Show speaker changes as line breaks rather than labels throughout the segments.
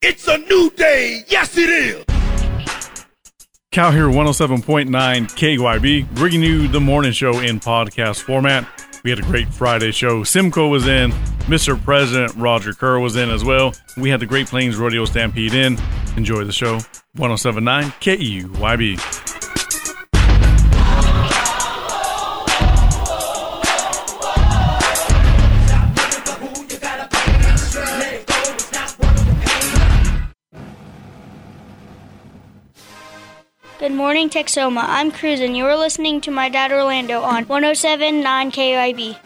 It's a new day. Yes, it is.
Cow here, 107.9 KYB, bringing you the morning show in podcast format. We had a great Friday show. Simcoe was in, Mr. President Roger Kerr was in as well. We had the Great Plains Rodeo Stampede in. Enjoy the show. 107.9 KUYB.
Good morning, Texoma. I'm Cruz, and you're listening to my dad Orlando on 1079 KIB.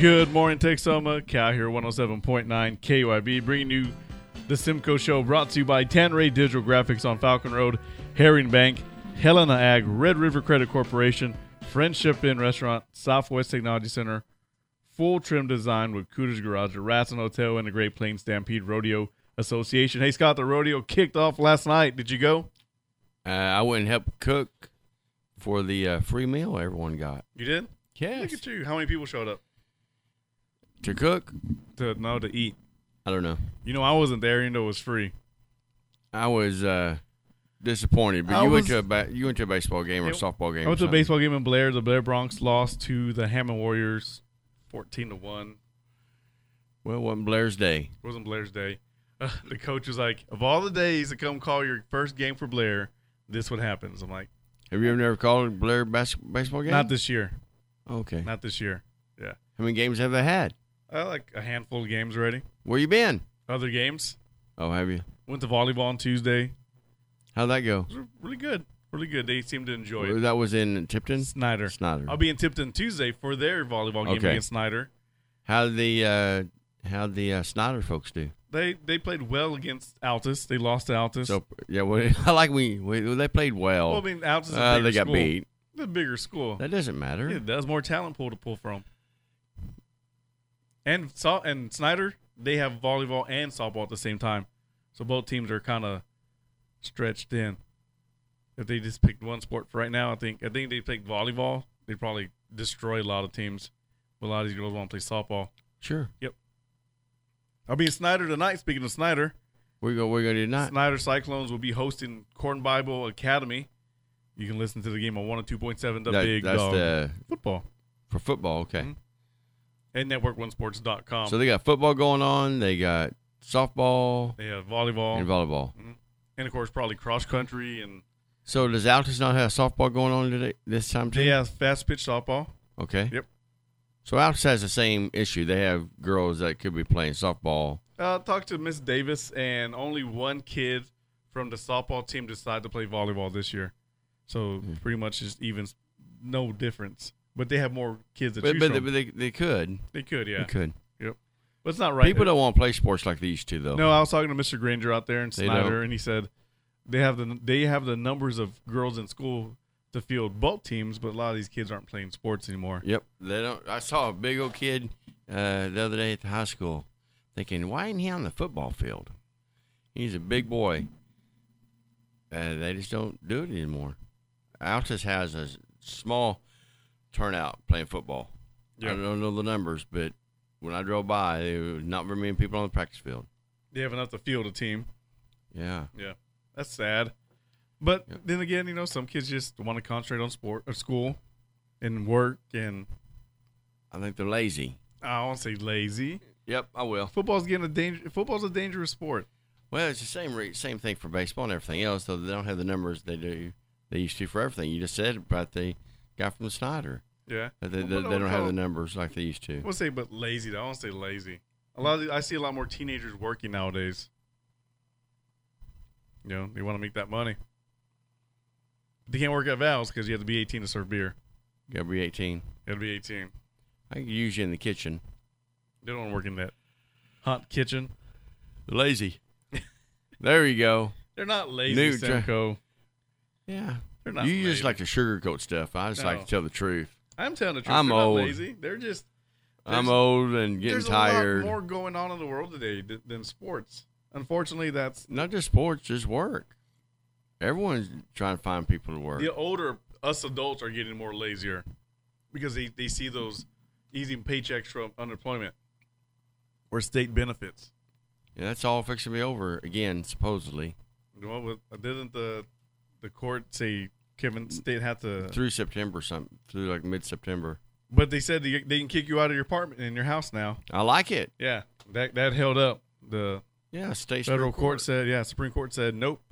Good morning, Texoma. Cow here, 107.9 KYB, bringing you the Simcoe Show, brought to you by Tanray Digital Graphics on Falcon Road, Herring Bank, Helena Ag, Red River Credit Corporation, Friendship Inn Restaurant, Southwest Technology Center, full trim design with Cooter's Garage, the Ratson Hotel, and the Great Plains Stampede Rodeo Association. Hey, Scott, the rodeo kicked off last night. Did you go?
Uh, I went and helped cook for the uh, free meal everyone got.
You did? Look
Yes.
at you. How many people showed up?
To cook?
To, no, to eat.
I don't know.
You know, I wasn't there, even though it was free.
I was uh, disappointed, but
I
you went
was-
to a ba- you went to a baseball game or
Yeah,
softball game.
I
or
went to a
something.
baseball game in Blair. The Blair Bronx lost to the Hammond Warriors, fourteen to one.
Well, it wasn't Blair's day.
It wasn't Blair's day. Uh, the coach was like, "Of all the days to come call your first game for Blair, this what happens." I'm like,
Have you ever never called a Blair bas- baseball game?
"Not this year.
Okay.
Not this year." Yeah,
How many games have they had?
uh, like a handful of games already.
Where you been?
Other games
Oh, have you?
went to volleyball on Tuesday.
How'd that go?
It was really good. Really good. They seemed to enjoy it.
That was in Tipton.
Snyder.
Snyder.
I'll be in Tipton Tuesday for their volleyball game
Okay.
against Snyder.
How the uh, how the uh, Snyder folks do?
They they played well against Altus. They lost to Altus.
So yeah, well, I like when when they played well.
well, I mean, Altus is a
uh,
bigger
they got
school.
beat.
The bigger school.
That doesn't matter.
Yeah, there's more talent pool to pull from. And saw and Snyder, they have volleyball and softball at the same time, so both teams are kind of stretched thin. If they just picked one sport for right now, I think I think they picked volleyball. They probably destroy a lot of teams. But a lot of these girls want to play softball.
Sure.
I'll be in Snyder tonight. Speaking of Snyder,
We go. We're gonna do not.
Snyder Cyclones will be hosting Corn Bible Academy. You can listen to the game on one and two point seven. The
That-
big
that's
dog
the
football
for football. Okay.
Mhm. and networkonesports.com.
So they got football going on. They got softball
They have volleyball
and
and,
volleyball.
of course probably cross country and
So does Altus not have softball going on today this time too?
they have fast pitch softball.
Okay.
Yep.
So Altus has the same issue. They have girls that could be playing softball.
Uh, talked to Miss Davis and only one kid from the softball team decided to play volleyball this year, so
Hmm.
pretty much just even, no difference. But they have more kids that
But,
choose
but, they,
from.
but they, they could.
they could, yeah.
They could.
But it's not right.
People don't want to play sports like they used to though.
No, I was talking to Mr. Granger out there in
They
Snyder,
don't.
and he said they have the they have the numbers of girls in school to field both teams, but a lot of these kids aren't playing sports anymore.
Yep. They don't. I saw a big old kid uh, the other day at the high school, thinking, "Why ain't he on the football field? He's a big boy." Uh, they just don't do it anymore. Altus has a s- small turnout playing football. I
Yep.
don't know the numbers, but when I drove by, there was not very many people on the practice field.
They have enough to field a team.
Yeah.
Yeah, that's sad. But
Yeah.
then again, you know, some kids just want to concentrate on sport, or school, and work, and
I think they're lazy.
I don't say lazy.
Yep, I will.
Football's getting a danger. Football's a dangerous sport.
Well, it's the same re- same thing for baseball and everything else, though they don't have the numbers they do they used to for everything. You just said about the guy from Snyder.
Yeah,
But Uh, they, they,
Well, but I
they
would
don't have
call-
the numbers like they used to.
I would say, but lazy. though. I don't say lazy. A lot. Of, the- I see a lot more teenagers working nowadays. You know, they want to make that money. They can't work at Val's because you have to be 18 to serve beer.
Gotta be 18.
You have to be 18.
I can use you in the kitchen.
They don't want to work in that hot kitchen.
Lazy. there you go.
They're not
New
lazy,
dra-
Semco.
Yeah.
They're not
you just
lazy.
like to sugarcoat stuff. I just like
No.
to tell the truth.
I'm telling the truth.
I'm
They're
old.
Not lazy. They're just
I'm
There's-
old and getting
There's
tired.
a lot more going on in the world today th- than sports. Unfortunately, that's
Not just sports, just work. Everyone's trying to find people to work.
the older us adults are getting more lazier because they, they see those easy paychecks from unemployment or state benefits.
Yeah, that's all fixing to be over again, supposedly,
What was, didn't the the court say Kevin State had to?
through September, some through like mid September.
But they said they, they can kick you out of your apartment in your house now.
I like it.
Yeah, that that held up. The
Yeah, state
federal court said, yeah, Supreme Court said nope,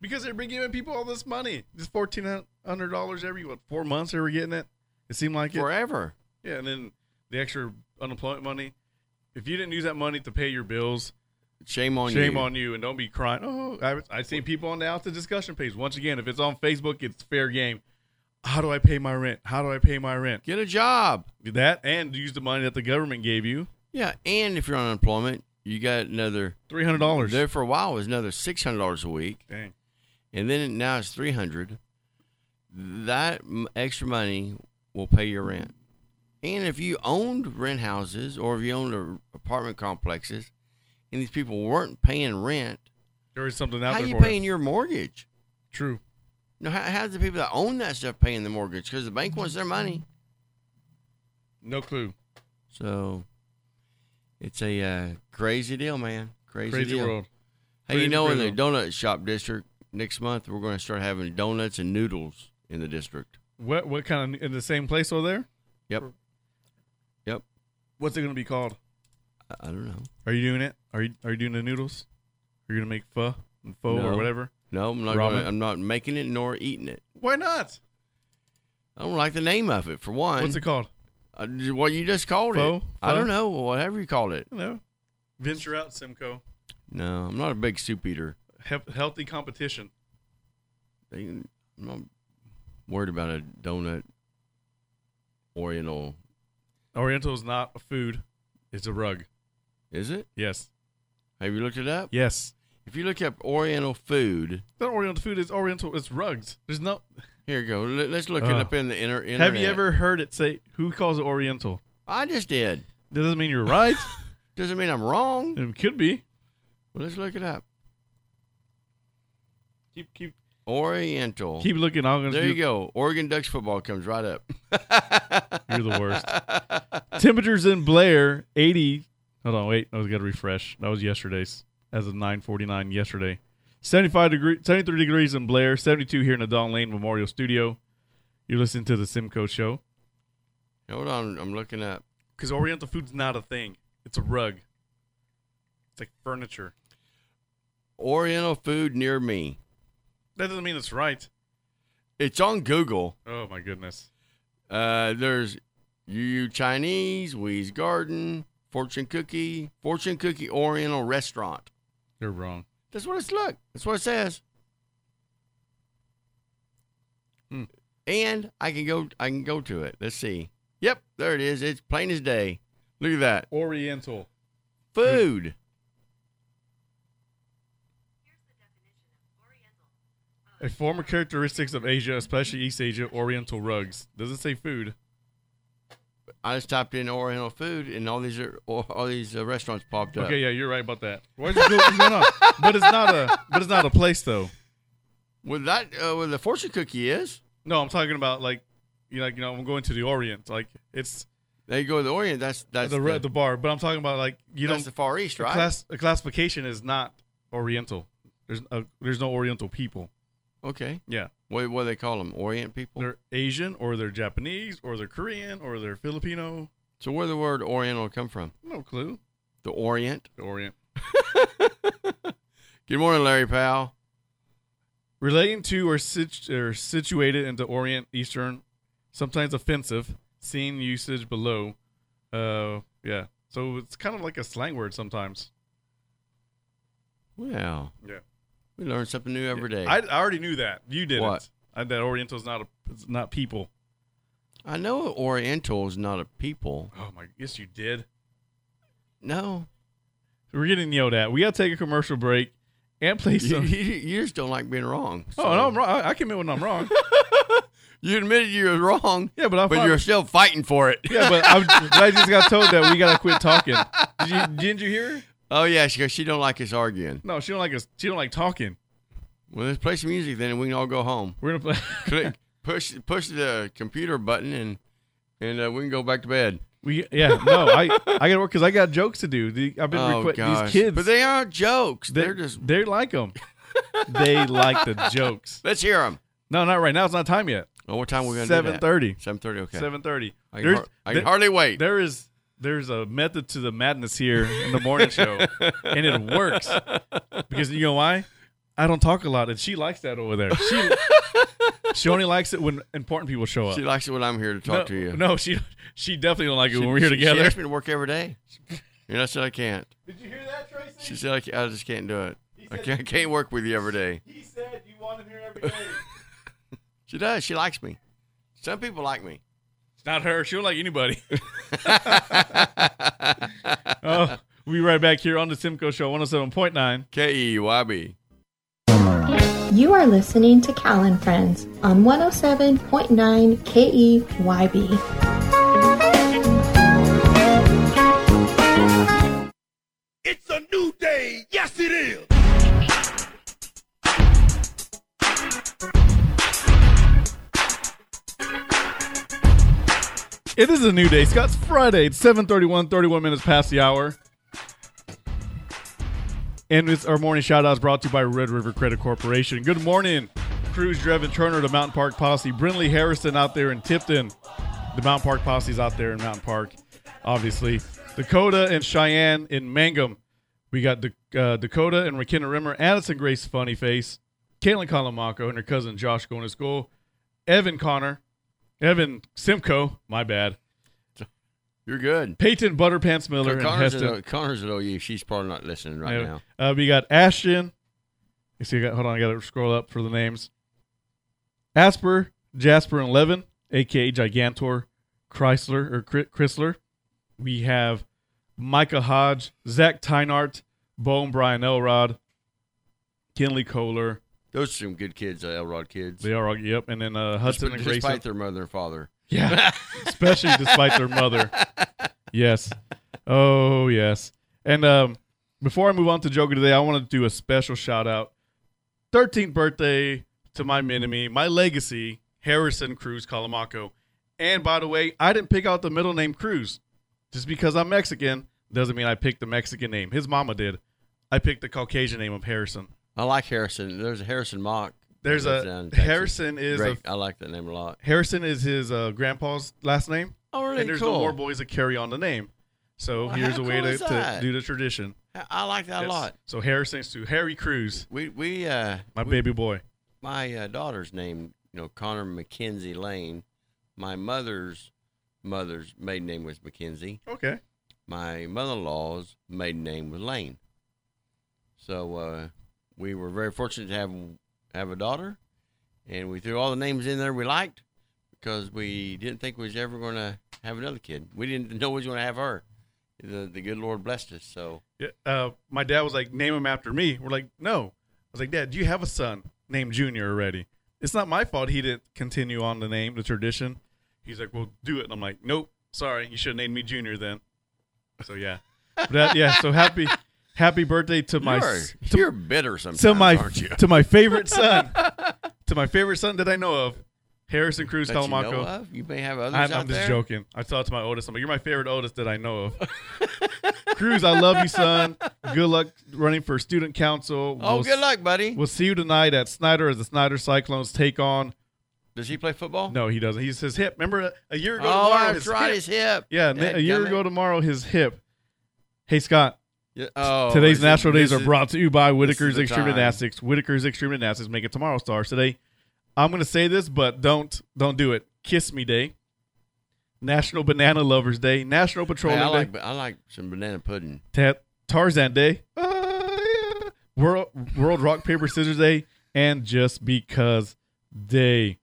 because they're giving people all this money, just fourteen hundred dollars every what four months they were getting it. It seemed like it.
forever.
Yeah, and then the extra unemployment money. If you didn't use that money to pay your bills,
Shame on you.
shame on you, and don't be crying. Oh, I, I've seen people on the out the discussion page. Once again, if it's on Facebook, it's fair game. How do I pay my rent? How do I pay my rent?
Get a job.
Do that and use the money that the government gave you.
Yeah, and if you're on unemployment, you got another.
Three hundred dollars.
There for a while it was another six hundred dollars a week.
Dang.
and then now it's 300 that m- extra money will pay your rent and if you owned rent houses or if you owned a- apartment complexes and these people weren't paying rent
There is something out
how
there
you
for
paying your mortgage
it. True.
no how, how's the people that own that stuff paying the mortgage because the bank wants their money
No clue.
so it's a uh, crazy deal man crazy,
Crazy
deal
world.
hey you
Crazy,
know in the
crazy
donut shop district next month we're going to start having donuts and noodles in the district
What what kind of in the same place over there?
yep yep
What's it gonna be called?
I- I don't know.
Are you doing it? Are you are you doing the noodles? Are you gonna make pho and pho or
No.
whatever?
No, I'm not.
Ramen?
Gonna, I'm not making it nor eating it.
Why not?
I don't like the name of it for one.
What's it called?
Uh, j- what you just called
Pho?
it? I
Pho?
don't know. Whatever you called it.
Hello. Venture out, Simcoe.
No, I'm not a big soup eater.
He- healthy competition.
They- I'm not worried about a donut, Oriental.
Oriental is not a food; it's a rug.
Is it?
Yes.
Have you looked it up?
Yes.
If you look up Oriental food,
That Oriental food is Oriental. It's rugs. There's no.
here you go. Let- Let's look it
Uh,
up in the inter- internet.
Have you ever heard it say who calls it Oriental?
I just did.
That doesn't mean you're right.
Doesn't mean I'm wrong.
it could be.
Well, let's look it up.
Keep keep
Oriental.
keep looking. I'm gonna.
there you
do-
go. Oregon Ducks football comes right up.
You're the worst. Temperatures in Blair 80. Hold on, wait. I was got to refresh. That was yesterday's as of 9:49 yesterday. 75 degree, 73 degrees in Blair, 72 here in the Don Lane Memorial Studio. You're listening to the Simcoe Show.
Hold on, I'm looking up.
Because Oriental food's not a thing. It's a rug. It's like furniture.
Oriental food near me.
That doesn't mean it's right.
It's on Google.
Oh my goodness.
Uh, there's Yu Chinese, Wee's Garden, Fortune Cookie, Fortune Cookie Oriental Restaurant.
You're wrong.
That's what it's look. That's what it says.
Hmm.
And I can go. I can go to it. Let's see. Yep, there it is. It's plain as day. Look at that
Oriental.
food.
A former characteristics of Asia, especially East Asia, Oriental rugs. Doesn't say food.
I just typed in Oriental food, and all these are all these uh, restaurants popped up.
Okay, yeah, you're right about that. What's go- what's going on? But it's not a but it's not a place though.
Well, that uh, well, the fortune cookie is.
No, I'm talking about like you know, like, you know, I'm going to the Orient. Like it's
There you go, the Orient. That's that's
the,
the,
re- the bar, but I'm talking about like you
that's
don't
the Far East,
a
right?
class a classification is not Oriental. There's a, there's no Oriental people.
okay.
Yeah,
What what do they call them? Orient people.
they're Asian or they're Japanese or they're Korean or they're Filipino.
so where the word Oriental come from?
No clue.
The Orient.
The Orient.
Good morning, Larry Powell.
relating to or, sit- or situated into Orient, Eastern, sometimes offensive. Seen usage below. Uh, yeah. So it's kind of like a slang word sometimes.
Well,
Yeah.
we learn something new every day.
I, I already knew that. You didn't.
What?
I, that Oriental's not a it's not people.
I know Oriental is not a people.
Oh my! Yes, you did.
No,
We're getting yelled at. We gotta take a commercial break and play
you,
some.
you, you just don't like being wrong.
oh no, I'm wrong. I, I can admit when I'm wrong.
You admitted you were wrong.
Yeah, but I
but
thought-
you're still fighting for it.
Yeah, but I'm glad you just got told that we gotta quit talking. Did you, didn't you hear? her?
Oh yeah, she goes, she don't like us arguing.
No, she don't like us. She don't like talking.
Well, let's play some music then, and we can all go home.
We're gonna play.
Click, push, push the computer button, and and uh, we can go back to bed.
We yeah no I I gotta work because I got jokes to do. The, I've been
oh
requesting
gosh,
these kids.
but they aren't jokes.
they
They're, just.
they like them. they like the jokes.
Let's hear them.
No, not right now. It's not time yet.
Oh, what time are we gonna do
Seven
that?
thirty.
Seven thirty. Okay.
Seven thirty.
I can, har- I can hardly wait.
there is there's a method to the madness here in the morning show, and it works because you know why? I don't talk a lot, and she likes that over there. She she only likes it when important people show up.
She likes it when I'm here to
no,
talk to you.
no, she she definitely don't like it
She-
when we're here
she- She
together.
asked me to work every day, and I said I can't.
Did you hear that, Tracy?
She said I, ca- I just can't do it. I
said-
can't, I can't work with you every day.
He said you want him here every day.
She does. She likes me. Some people like me.
Not her. She don't like anybody. oh, we'll be right back here on the Simco Show 107.9.
K E Y B.
You are listening to Cal and Friends on 107.9 E KEYB.
It's a new day. Yes, it is.
It is a new day. Scott's Friday. It's 731, 31 minutes past the hour. And it's our morning shout outs brought to you by Red River Credit Corporation. Good morning. Cruz, Drevin Turner to Mountain Park Posse. Brinley Harrison out there in Tipton. The Mountain Park Posse's out there in Mountain Park, obviously. Dakota and Cheyenne in Mangum. We got Da- uh, Dakota and Rakina Rimmer, Addison Grace Funny Face, Caitlin Colamaco and her cousin Josh going to school, Evan Connor, Evan Simcoe, my bad,
You're good.
Peyton Butterpants Miller, and
Connor's
Heston.
at, Connor's at OU. She's probably not listening right
Yeah.
now.
Uh, we got Ashton. You see, I got, hold on, I got to scroll up for the names. Asper, Jasper, and Levin, aka Gigantor, Chrysler or Chri- Chrysler. We have Micah Hodge, Zach Tynart, Bone Brian Elrod, Kinley Kohler.
Those are some good kids, uh, Elrod kids.
They are all yep, and then uh,
Desp-
Hudson and
despite
Grayson.
their mother and father.
Yeah, especially despite their mother. Yes. Oh yes. And um, before I move on to Joker today, I want to do a special shout out. 13th birthday to my enemy, my legacy, Harrison Cruz Calamaco. And by the way, I didn't pick out the middle name Cruz. Just because I'm Mexican doesn't mean I picked the Mexican name. His mama did. I picked the Caucasian name of Harrison.
I like Harrison. There's a Harrison Mock. that
There's
lives
a
down in Texas.
Harrison is a,
Great. I like that name a lot.
Harrison is his uh, grandpa's last name.
Oh,
and
really?
there's no
Cool.
more boys that carry on the name. So
Well,
here's
how
a way
cool
to,
is
to
that?
do the tradition.
I- I like that
Yes.
a lot.
So Harrison's to Harry Cruz,
We we uh
my
we-
baby boy.
my uh, daughter's name, you know, Connor McKenzie Lane. My mother's mother's maiden name was McKenzie.
Okay.
My mother-in-law's maiden name was Lane. So uh, we were very fortunate to have have a daughter, and we threw all the names in there we liked because we didn't think we was ever going to have another kid. We didn't know we was going to have her. The the good Lord blessed us. So
Yeah, Uh, my dad was like, name him after me. We're like, no. I was like, Dad, do you have a son named Junior already? It's not my fault he didn't continue on the name, the tradition. He's like, well, do it. And I'm like, nope. Sorry, you should have named me Junior then. So yeah, But that, yeah. So happy, happy birthday to my
you're,
s- to-
you're bitter sometimes,
to my
aren't you?
to my favorite son, to my favorite son that I know of, Harrison Cruz
That you know
Telemaco.
of? You may have others
I'm,
out
I'm just
there.
joking. I talked to my oldest. I'm like, you're my favorite oldest that I know of. Cruz, I love you, son. Good luck running for student council.
Oh,
We'll
good
s-
luck, buddy.
We'll see you tonight at Snyder as the Snyder Cyclones take on.
Does he play football?
No, he doesn't. He's his hip. Remember a, a year ago
Oh,
tomorrow.
that's
his
right.
hip-
His hip.
yeah, na- a year
Dadgummit.
ago tomorrow, his hip. Hey Scott,
Yeah, Oh, this
Today's
is-
National Days
this
are
is-
brought to you by
this is
Whitaker's
the
Extreme
time.
Gymnastics. Whitaker's Extreme Gymnastics make it tomorrow stars today. I'm gonna say this, but don't don't do it. Kiss Me Day, National Banana Lovers Day, National
Hey,
Petroleum
I
Day,
like I like some banana pudding.
Ta- Tarzan Day, World World Rock Paper Scissors Day, and Just Because Day.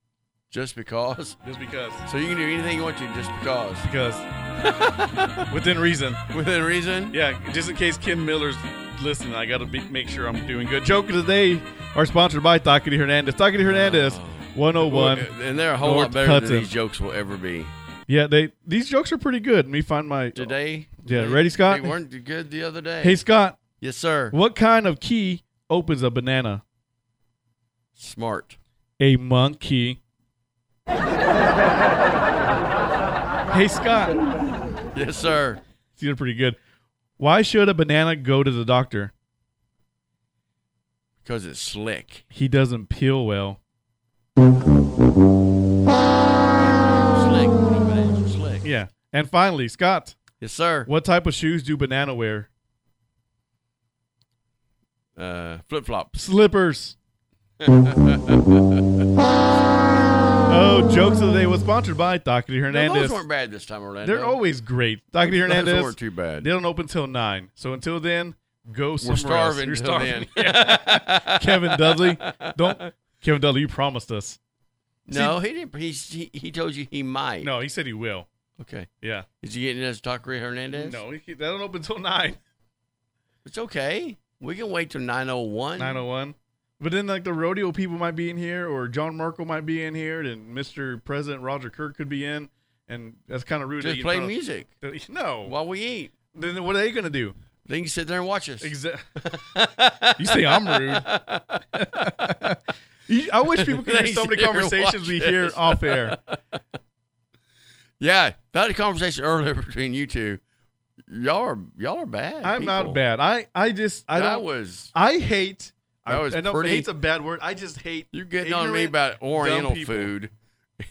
Just because.
Just because,
So you can do anything you want to just because.
because within reason.
Within reason.
Yeah, just in case Ken Miller's listening, I got to be- make sure I'm doing good. Joke of the day are sponsored by Takati Hernandez. oh Takati Hernandez, 101.
And they're a whole
North
lot better
Hudson.
than these jokes will ever be.
Yeah, they these jokes are pretty good. Let me find my
Today,
Yeah,
they-
ready, Scott?
They weren't good the other day.
Hey Scott,
yes, sir.
what kind of key opens a banana?
Smart.
A monkey. hey Scott,
Yes, sir.
these are pretty good. Why should a banana go to the doctor?
Because it's slick.
He doesn't peel well.
Slick. Bananas are Slick.
Yeah. And finally, Scott,
Yes, sir.
what type of shoes do banana wear?
Uh, Flip flops.
Slippers. oh, jokes of the day was sponsored by Dockety Hernandez.
Those weren't bad this time, Orlando.
They're always great. Dockety
Those
Hernandez.
weren't too bad.
They don't open till nine. So until then, go
We're
somewhere
starving.
else.
till
You're starving.
Then.
Kevin Dudley, don't. Kevin Dudley, you promised us.
No, he didn't. He's, he he told you he might.
No, he said he will.
Okay.
Yeah.
Is he getting us to talk Ray Hernandez?
No, he, they don't open till nine.
It's okay. We can wait till nine oh one.
Nine oh one. But then, like the rodeo people might be in here, or John Merkel might be in here, and Mr. President Roger Kirk could be in, and that's kind of rude. to eat
Just
in
play
front of-
music
No.
while we eat.
then what are they gonna do?
Then you can sit there and watch us.
Exa- you say I'm rude. You- I wish people could hear so many
They
conversations we
watch
hear
this.
off air.
Yeah, that conversation earlier between you two. Y'all are y'all are bad.
I'm
people.
not bad. I I just I
That
don't.
was
I hate.
That was
I, I know
pretty-
hate's a bad word. I just hate.
you getting on me
ignorant,
about Oriental
people.
food.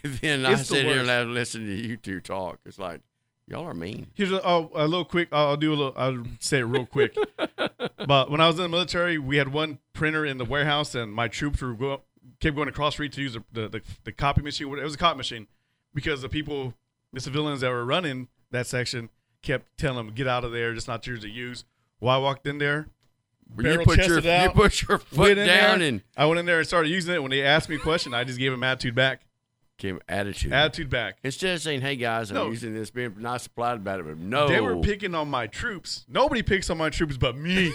And then I
It's the
sit here
worst.
and I listen to you two talk. It's like y'all are mean.
Here's a, oh, a little quick. I'll do a little. I'll say it real quick. but when I was in the military, we had one printer in the warehouse, and my troops were go, kept going across street to use the, the, the, the copy machine. It was a copy machine because the people, the civilians that were running that section, kept telling them, "Get out of there! It's not yours to use." Well, I walked in there.
But you
Barrel
put your
chested out,
you put your foot
went in
down
there,
and
I went in there and started using it. When they asked me a question, I just gave them attitude back.
came attitude.
Attitude back.
Instead of saying, "Hey guys, I'm
No.
using this," being nice and polite about it, but no,
They were picking on my troops. Nobody picks on my troops but me.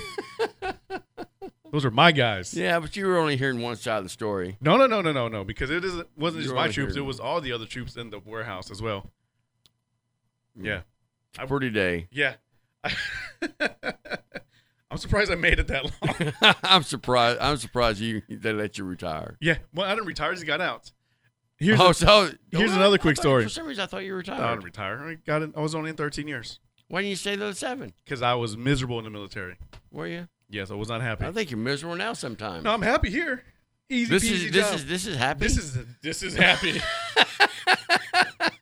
Those are my guys.
Yeah, but you were only hearing one side of the story.
No, no, no, no, no, no. Because it isn't wasn't just
You're
my
only
troops. It
hearing-
was all the other troops in the warehouse as well.
Hmm.
Yeah,
Pretty day.
yeah. I'm surprised I made it that long.
I'm surprised. I'm surprised you they let you retire.
Yeah, well, I didn't retire. I just got out. Here's
oh,
a-
so
here's
I
another
thought-
quick
I thought-
story.
For some reason, I thought you
No, I didn't
retired.
retire. I got in, I was only in 13 years
Why didn't you stay those seven?
because I was miserable in the military.
Were you?
Yes, I was not happy.
I think you're miserable now. Sometimes.
no, I'm happy here. Easy
this
peasy
is this
job.
is this is happy.
This is this is happy.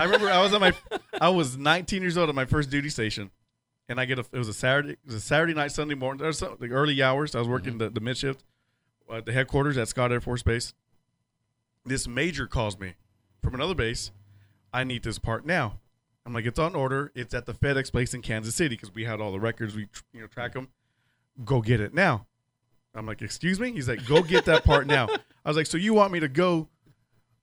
I remember I was on my I was 19 years old at my first duty station, and I get a it was a Saturday it was a Saturday night Sunday morning or so, the early hours. I was working the, the mid shift at the headquarters at Scott Air Force Base. This major calls me from another base. I need this part now. I'm like it's on order. It's at the FedEx place in Kansas City because we had all the records. We tr- you know track them. Go get it now. I'm like, excuse me? He's like, go get that part now. I was like, so you want me to go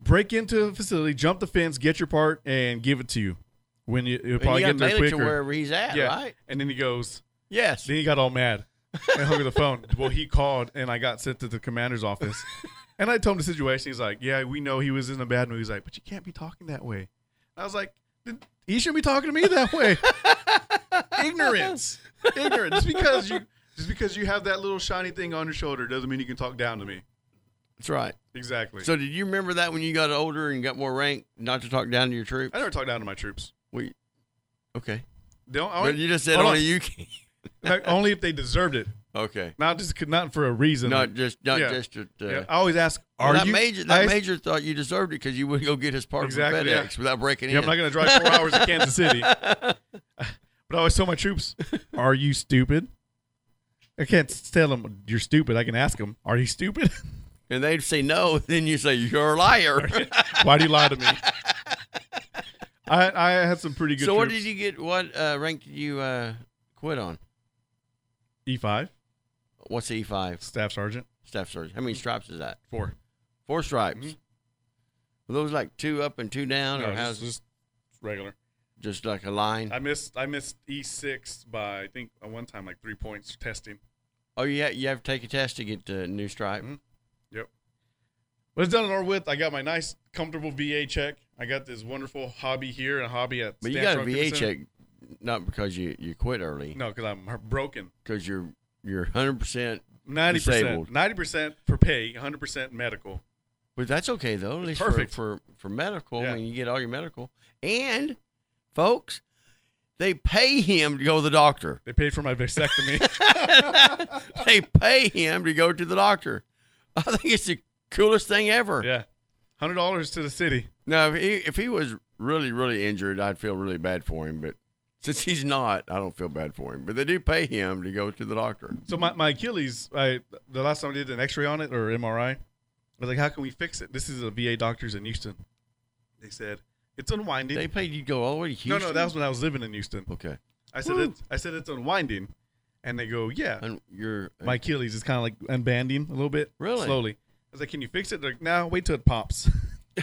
break into the facility, jump the fence, get your part, and give it to you when you, you'll
And you
probably
got
get there
mail it to
quicker.
wherever he's at,
yeah.
right?
And then he goes,
Yes.
then he got all mad and hung up the phone. Well, he called and I got sent to the commander's office. And I told him the situation. He's like, yeah, we know he was in a bad mood. He's like, but you can't be talking that way. I was like, he shouldn't be talking to me that way. Ignorance. Ignorance. Just because you just because you have that little shiny thing on your shoulder doesn't mean you can talk down to me.
That's right.
Exactly.
So did you remember that when you got older and got more rank, not to talk down to your troop?
I never talk down to my troops.
We, okay.
They don't- I
But
only,
you just said
Oh, hold
only
on.
you can.
Like, only if they deserved it.
Okay.
Not just not for a reason.
Not just not
Yeah.
just at, uh,
Yeah, I always ask,
Well,
are
that
you
major? That
I-
major thought you deserved it because you would go get his part
Exactly,
from
yeah.
FedEx without breaking
Yeah,
in.
I'm not going to drive four hours to Kansas City. But I always tell my troops, "Are you stupid?" I can't tell them you're stupid. I can ask them, "Are you stupid?
and they'd say no, then you say you're a liar.
Why do you lie to me?" I I had some pretty good.
so what did you get? What uh, rank did you uh, quit on?
E five
What's E five
staff sergeant
staff sergeant? How many stripes is that?
four.
Four stripes.
Mhm.
Were those like two up and two down,
Mm-hmm. No,
or how's
just, just regular.
just like a line?
I missed I missed E six by I think at one time like three points testing. Mm-hmm.
oh, you have, you have to take a test to get the new stripe.
Mhm. Yep. When it's done and over with, I got my nice, comfortable VA check. I got this wonderful hobby here and a hobby at.
But you got a
Stanford
VA
Fitness Center.
check, not because you, you quit early,
No, because I'm broken.
because you're you're 100. percent
Ninety
Disabled.
percent. Ninety percent for pay. Hundred percent medical.
But that's okay though. At least
Perfect.
for for, for medical,
Yeah.
when you get all your medical, and folks, they pay him to go to the doctor.
They paid for my vasectomy.
they pay him to go to the doctor. I think it's the coolest thing ever.
yeah, hundred dollars to the city.
Now, if he, if he was really, really injured, I'd feel really bad for him. But since he's not, I don't feel bad for him. But they do pay him to go to the doctor.
So my, my Achilles, I the last time I did an X-ray on it or MRI, I was like, "How can we fix it?" This is a VA doctors in Houston. They said it's unwinding.
They paid you to go all the way to
no,
Houston.
no, that was when I was living in Houston.
okay.
I said, it's, I said it's unwinding, and they go, "Yeah."
And you're
My Achilles is kind of like unbanding a little bit,
Really?
slowly. I was like, "Can you fix it?" They're like, "No, wait till it pops."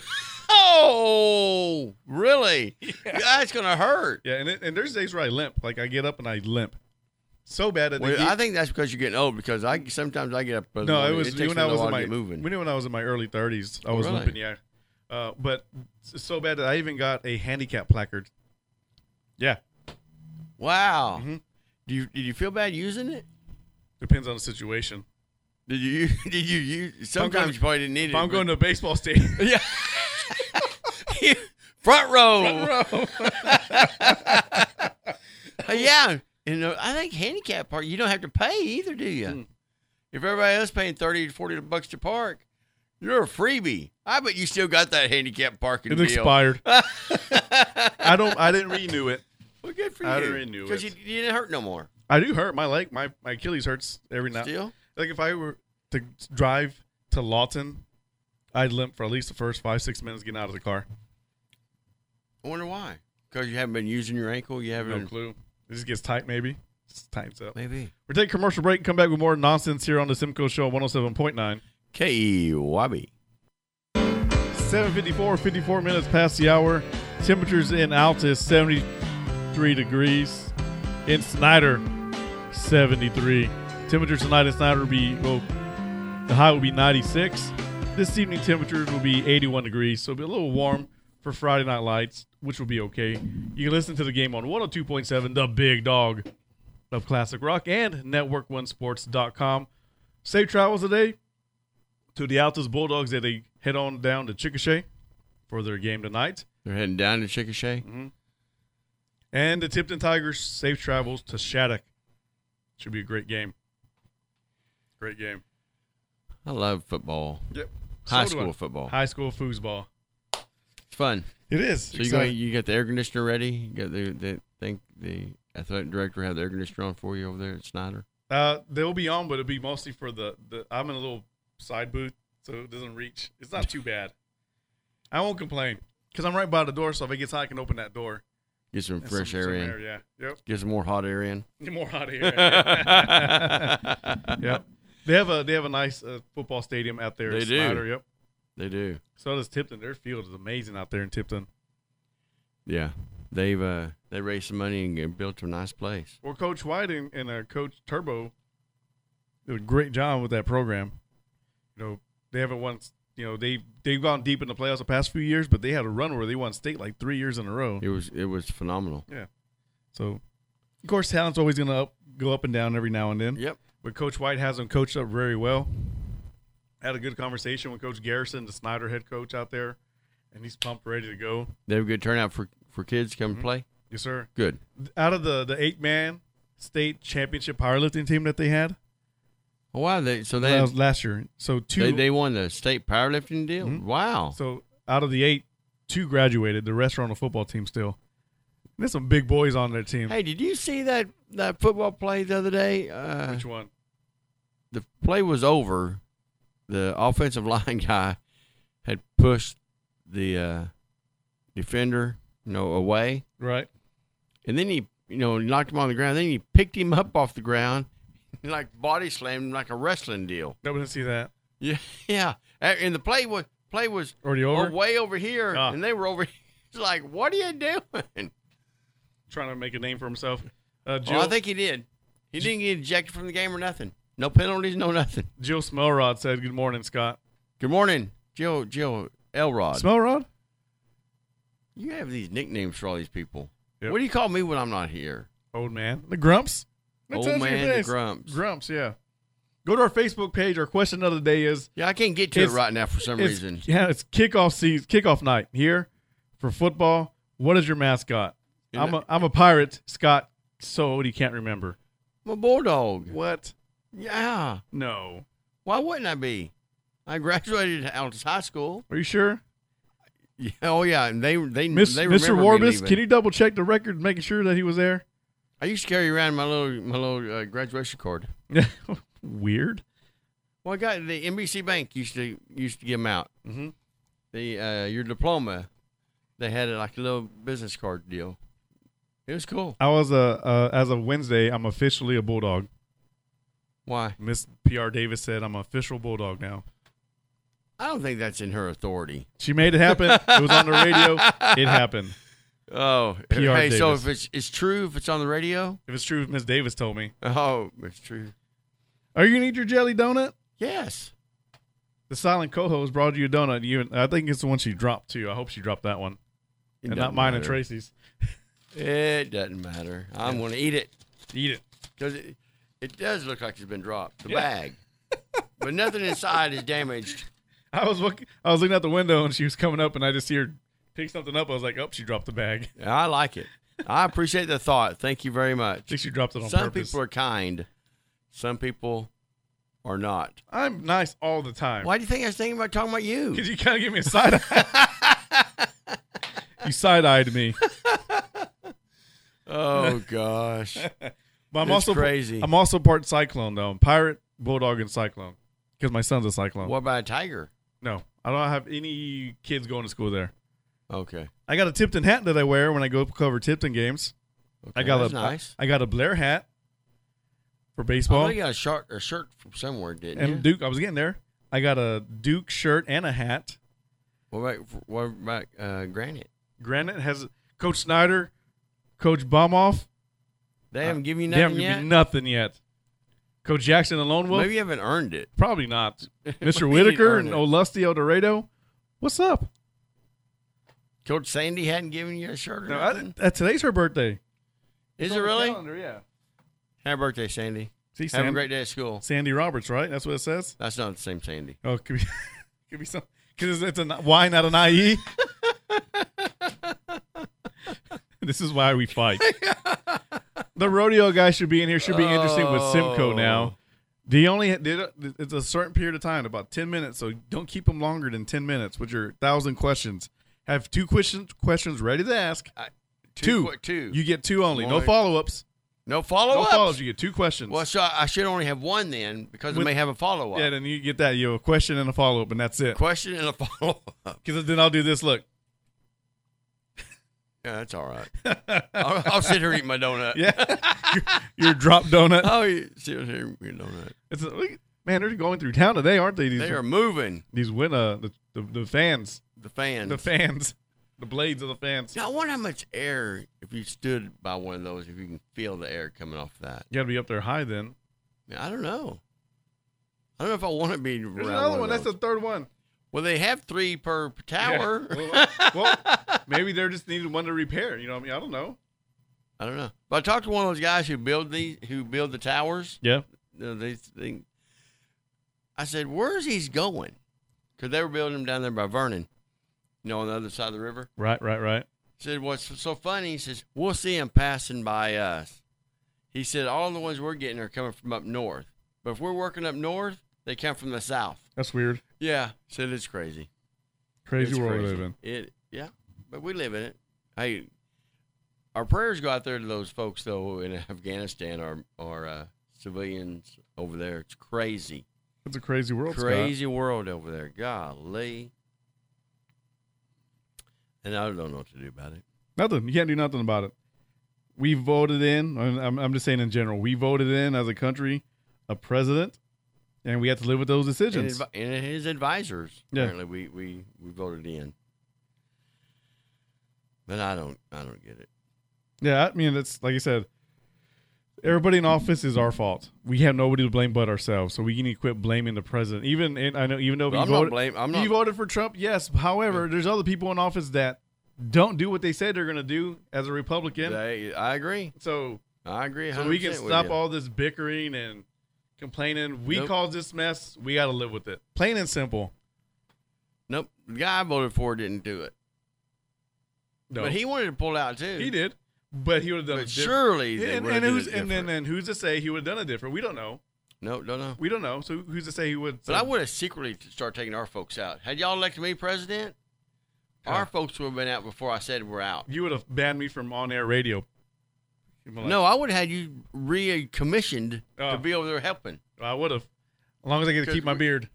oh, really? That's gonna hurt.
yeah, and it, and there's days where I limp. Like I get up and I limp, so bad that they
Well,
gave-
I think that's because you're getting old. Because I sometimes I get up. early in the
No, it
morning.
was
takes
when
me a
I was
while
in
to
my
get moving.
When, when I was in my early 30s, I
Oh,
was
really?
limping, yeah. Uh, but s- so bad that I even got a handicap placard. Yeah,
Wow.
Mhm.
Do you did you feel bad using it?
depends on the situation.
Did you did you use? Sometimes
going-
you probably didn't need
If
it.
I'm
but-
going to a baseball stadium,
Yeah. Front row.
Oh,
yeah. And uh, I think handicap park, you don't have to pay either, do you?
Mm.
If everybody else paying 30 to 40 bucks to park, you're a freebie. I bet you still got that handicap parking
it
deal.
expired. I don't. I didn't renew it.
Well, good for
I
you.
already knew
Because you,
it.
you didn't hurt no more.
I do hurt my leg. My my Achilles hurts every night.
Still?
Like if I were to drive to Lawton, I'd limp for at least the first five six minutes getting out of the car.
I wonder why. Because you haven't been using your ankle. You haven't.
No clue. It just gets tight. Maybe just tightens up.
Maybe.
We're taking a commercial break and come back with more nonsense here on oh the Simco Show 107.9.
K. E Wobby.
754, 54 minutes past the hour. Temperatures in Altus 73 degrees. In Snyder, 73. Temperatures tonight in Snyder will be, well, the high will be 96. This evening, temperatures will be 81 degrees, so it'll be a little warm for Friday Night Lights, which will be okay. You can listen to the game on 102.7, the big dog of classic rock, and network1sports.com. Safe travels today to the Altus Bulldogs that they head on down to Chickasha for their game tonight.
They're heading down to Chickasha.
Mm-hmm. And the Tipton Tigers safe travels to Shattuck. Should be a great game. Great game.
I love football.
Yep.
High school football.
High school foosball.
It's fun.
It is.
So you go, you got the air conditioner ready. You got the, the think the athletic director have the air conditioner on for you over there at Snyder.
uh, they'll be on, but it'll be mostly for the, the. I'm in a little side booth, so it doesn't reach. It's not too bad. I won't complain because I'm right by the door, so if it gets hot, I can open that door.
Get some
And
fresh
some-
air
some
in.
Yeah. Yep.
Get some more hot air in.
Get more hot air. yep. They have a they have a nice uh, football stadium out there. in
They do.
Snyder, Yep.
They do.
So does Tipton. Their field is amazing out there in Tipton.
Yeah. They've uh they raised some money and get- built a nice place.
Well, Coach White and, and uh, Coach Turbo did a great job with that program. You know, they haven't won. You know, they they've gone deep in the playoffs the past few years, but they had a run where they won state like three years in a row.
It was it was phenomenal.
So, of course, talent's always going to up, go up and down every now and then.
Yep.
But Coach White has them coached up very well. Had a good conversation with Coach Garrison, the Snyder head coach out there, and he's pumped, ready to go.
They have a good turnout for for kids to come
Mhm.
play.
Yes, sir.
Good.
Out of the the eight man state championship powerlifting team that they had
Oh, wow. They so
that
they
was last year, so two.
they, they won the state powerlifting deal.
Mhm.
Wow.
so out of the eight, two graduated. The rest are on the football team still. And there's some big boys on their team.
Hey, did you see that that football play the other day? Uh,
Which one?
the play was over, the offensive line guy had pushed the uh, defender, you know, away,
Right.
and then he, you know, knocked him on the ground. Then he picked him up off the ground, and like body slammed him like a wrestling deal.
No, we didn't see that.
Yeah, yeah. And and the play was play was
Already over.
way over here,
Ah.
and they were over. It's like, what are you doing?
Trying to make a name for himself. Uh, Jill,
Well, I think he did. He didn't get ejected from the game or nothing. No penalties, no nothing.
Jill Smellrod said, "Good morning, Scott."
Good morning. Jill, Jill, Elrod.
Smell rod?
you have these nicknames for all these people.
Yep.
What do you call me when I'm not here?
Old man. The grumps. That
Old
tells you
man,
it
the
is.
grumps.
Grumps, yeah. Go to our Facebook page. Our question of the day is
Yeah, I can't get to
It's-
it right now for some
it's-
reason.
Yeah, it's kickoff season, kickoff night here for football. What is your mascot?
And
I'm a I'm a pirate, Scott. So he can't remember.
I'm a bulldog.
What?
Yeah.
No.
Why wouldn't I be? I graduated out of high school.
Are you sure?
Yeah, oh yeah, and they they
Miss,
they
Mr.
remember Me
Warbus,
leaving.
can you double check the record, making sure that he was there?
I used to carry around my little my little uh, graduation card.
Weird.
Well, I got the NBC Bank used to used to give them out.
Mm-hmm.
The uh, your diploma, they had it like a little business card deal. It was cool.
I was a uh, as of Wednesday. I'm officially a bulldog.
Why?
Miss PR Davis said I'm an official bulldog now.
I don't think that's in her authority.
She made it happen. it was on the radio. It happened.
Oh,
PR
hey, so
Davis.
if it's it's true, if it's on the radio,
If it's true, Miss Davis told me.
oh, it's true.
Are you gonna eat your jelly donut?
Yes.
The silent co-host brought you a donut. You, I think it's the one she dropped too. I hope she dropped that one,
It
and not
doesn't
mine and
matter.
Tracy's.
It doesn't matter. I'm gonna eat it.
Eat it.
Does it? It does look like it's been dropped. The
Yeah.
bag, but nothing inside is damaged.
I was looking. I was looking out the window, and she was coming up, and I just see her pick something up. I was like, "Oh, she dropped the bag.
I like it. I appreciate the thought. Thank you very
I
much.
think she dropped it on
Some
purpose."
people are kind. Some people are not.
I'm nice all the time.
Why do you think I was thinking about talking about you?
Because you kind of give me a side eye. you side eyed me.
Oh gosh.
But I'm
It's
also
crazy.
I'm also part cyclone though. I'm pirate, bulldog, and cyclone. Because my son's a cyclone.
What about a tiger?
No, I don't have any kids going to school there.
Okay.
I got a Tipton hat that I wear when I go cover Tipton games.
okay.
I got
That's
a
nice.
I got a Blair hat for
I
baseball.
thought you got a shirt, a shirt from somewhere, didn't you?
and Duke, I was getting there. I got a Duke shirt and a hat.
what about what about uh, Granite?
Granite has Coach Snyder, Coach Bomoff.
They haven't given you
They haven't
nothing
given
yet.
me nothing yet. Coach Jackson and Lone Wolf,
Maybe you haven't earned it.
probably not. Mr.
Maybe you
Whitaker
earned
and
it.
Olusty El Dorado, what's up?
Coach Sandy hadn't given you a shirt or
No, I,
nothing.
uh, today's her birthday.
Is it really?
yeah.
Happy birthday, Sandy.
See,
Have a
Sandy,
great day at school.
Sandy Roberts, right? That's what it says.
That's not the same Sandy.
Oh, could be, could be some because it's a n- E. Y, not an IE. this is why we fight. the rodeo guy should be in here. Should be interesting with
Oh.
Simcoe now. The only did it's a certain period of time, about ten minutes. So don't keep them longer than ten minutes with your thousand questions. Have two questions questions ready to ask. Two.
Two. qu- two.
You get two only. No
One.
follow ups.
no follow
No
up.
follow ups. You get two questions.
Well, so I I should only have one then because
With-
I may have a follow up.
yeah, then you get that. You have a question and a follow up, and that's it.
question and a follow up.
Because then I'll do this. Look.
Yeah, that's all right. I'll, I'll sit here eating my donut.
Yeah. your, your drop donut.
I'll eat, sit here eating my donut.
It's look, man, they're going through town today, aren't they? These
They are moving
these win uh, the, the the fans,
the fans.
the fans, the blades of the fans.
Yeah, I wonder how much air if you stood by one of those if you can feel the air coming off that.
You got to be up there high then.
Man, I don't know. I don't know if I want to be around
There's another
one. of
one. That's
those.
the third one.
well, they have three per tower.
Yeah. Well, well, maybe they're just needed one to repair. You know, what I mean, I don't know.
I don't know. But I talked to one of those guys who build these who build the towers.
Yeah,
you know, they think. I said, "Where's he's going?" Because they were building him down there by Vernon, you know, on the other side of the river.
right, right, right.
He said, "What's so funny?" He says, "We'll see him passing by us." He said, "All the ones we're getting are coming from up north, but if we're working up north, they come from the south."
That's weird.
Yeah, said it's crazy.
Crazy
It's
world we
crazy.
live in.
It, yeah, but we live in it. Hey, our prayers go out there to those folks though in Afghanistan, our our uh, civilians over there. It's crazy,
It's a crazy world. Scott.
crazy world over there. Golly, and I don't know what to do about it.
Nothing. You can't do nothing about it. We voted in, and I'm, I'm just saying in general, we voted in as a country a president, and we have to live with those
And,
decisions.
advi- and his advisors
Yeah.
apparently we, we we voted in, but I don't I don't get it.
Yeah, I mean, it's like I said, Everybody in office is our fault. We have nobody to blame but ourselves. So we need to quit blaming the president. Even and I know even though
But
you
I'm not
voted,
blame- I'm not-
you voted for Trump, yes. However, there's other people in office that don't do what they said they're going to do as a Republican.
They- I agree.
so
I agree.
so we can
100% with
stop
you.
all this bickering and complaining. We
Nope.
caused this mess. We got to live with it. Plain and simple.
Nope. The guy I voted for didn't do it.
No.
But he wanted to pull out too.
he did, but he would have done
But
it diff-
surely they
And,
would've
and
did
who's
it
and then
different.
and who's to say he would have done it different? We don't know.
No, don't know.
We don't know. So who's to say he would?
But I would have secretly t- started taking our folks out. Had y'all elected me president,
Yeah.
our folks would have been out before I said we're out.
You would have banned me from on air radio. You'd be like,
no, I would have had you re-commissioned
Oh.
to be over there helping.
I would have. As long as I get to keep
Because
my
we-
beard.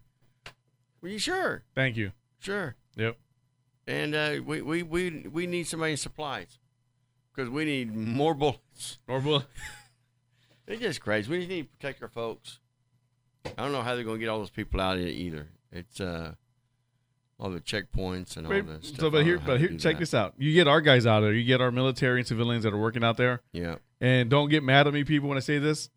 Were you sure?
Thank you.
Sure.
Yep.
And uh, we, we we we need somebody in supplies because we need more bullets.
Normal.
It's just crazy. We just need to protect our folks. I don't know how they're going to get all those people out of it either. It's uh, all the checkpoints and all this stuff.
so,
I
but
don't
here,
know how
but
to
here,
do
check
that.
this out. You get our guys out there. You get our military and civilians that are working out there.
Yeah.
And don't get mad at me, people, when I say this.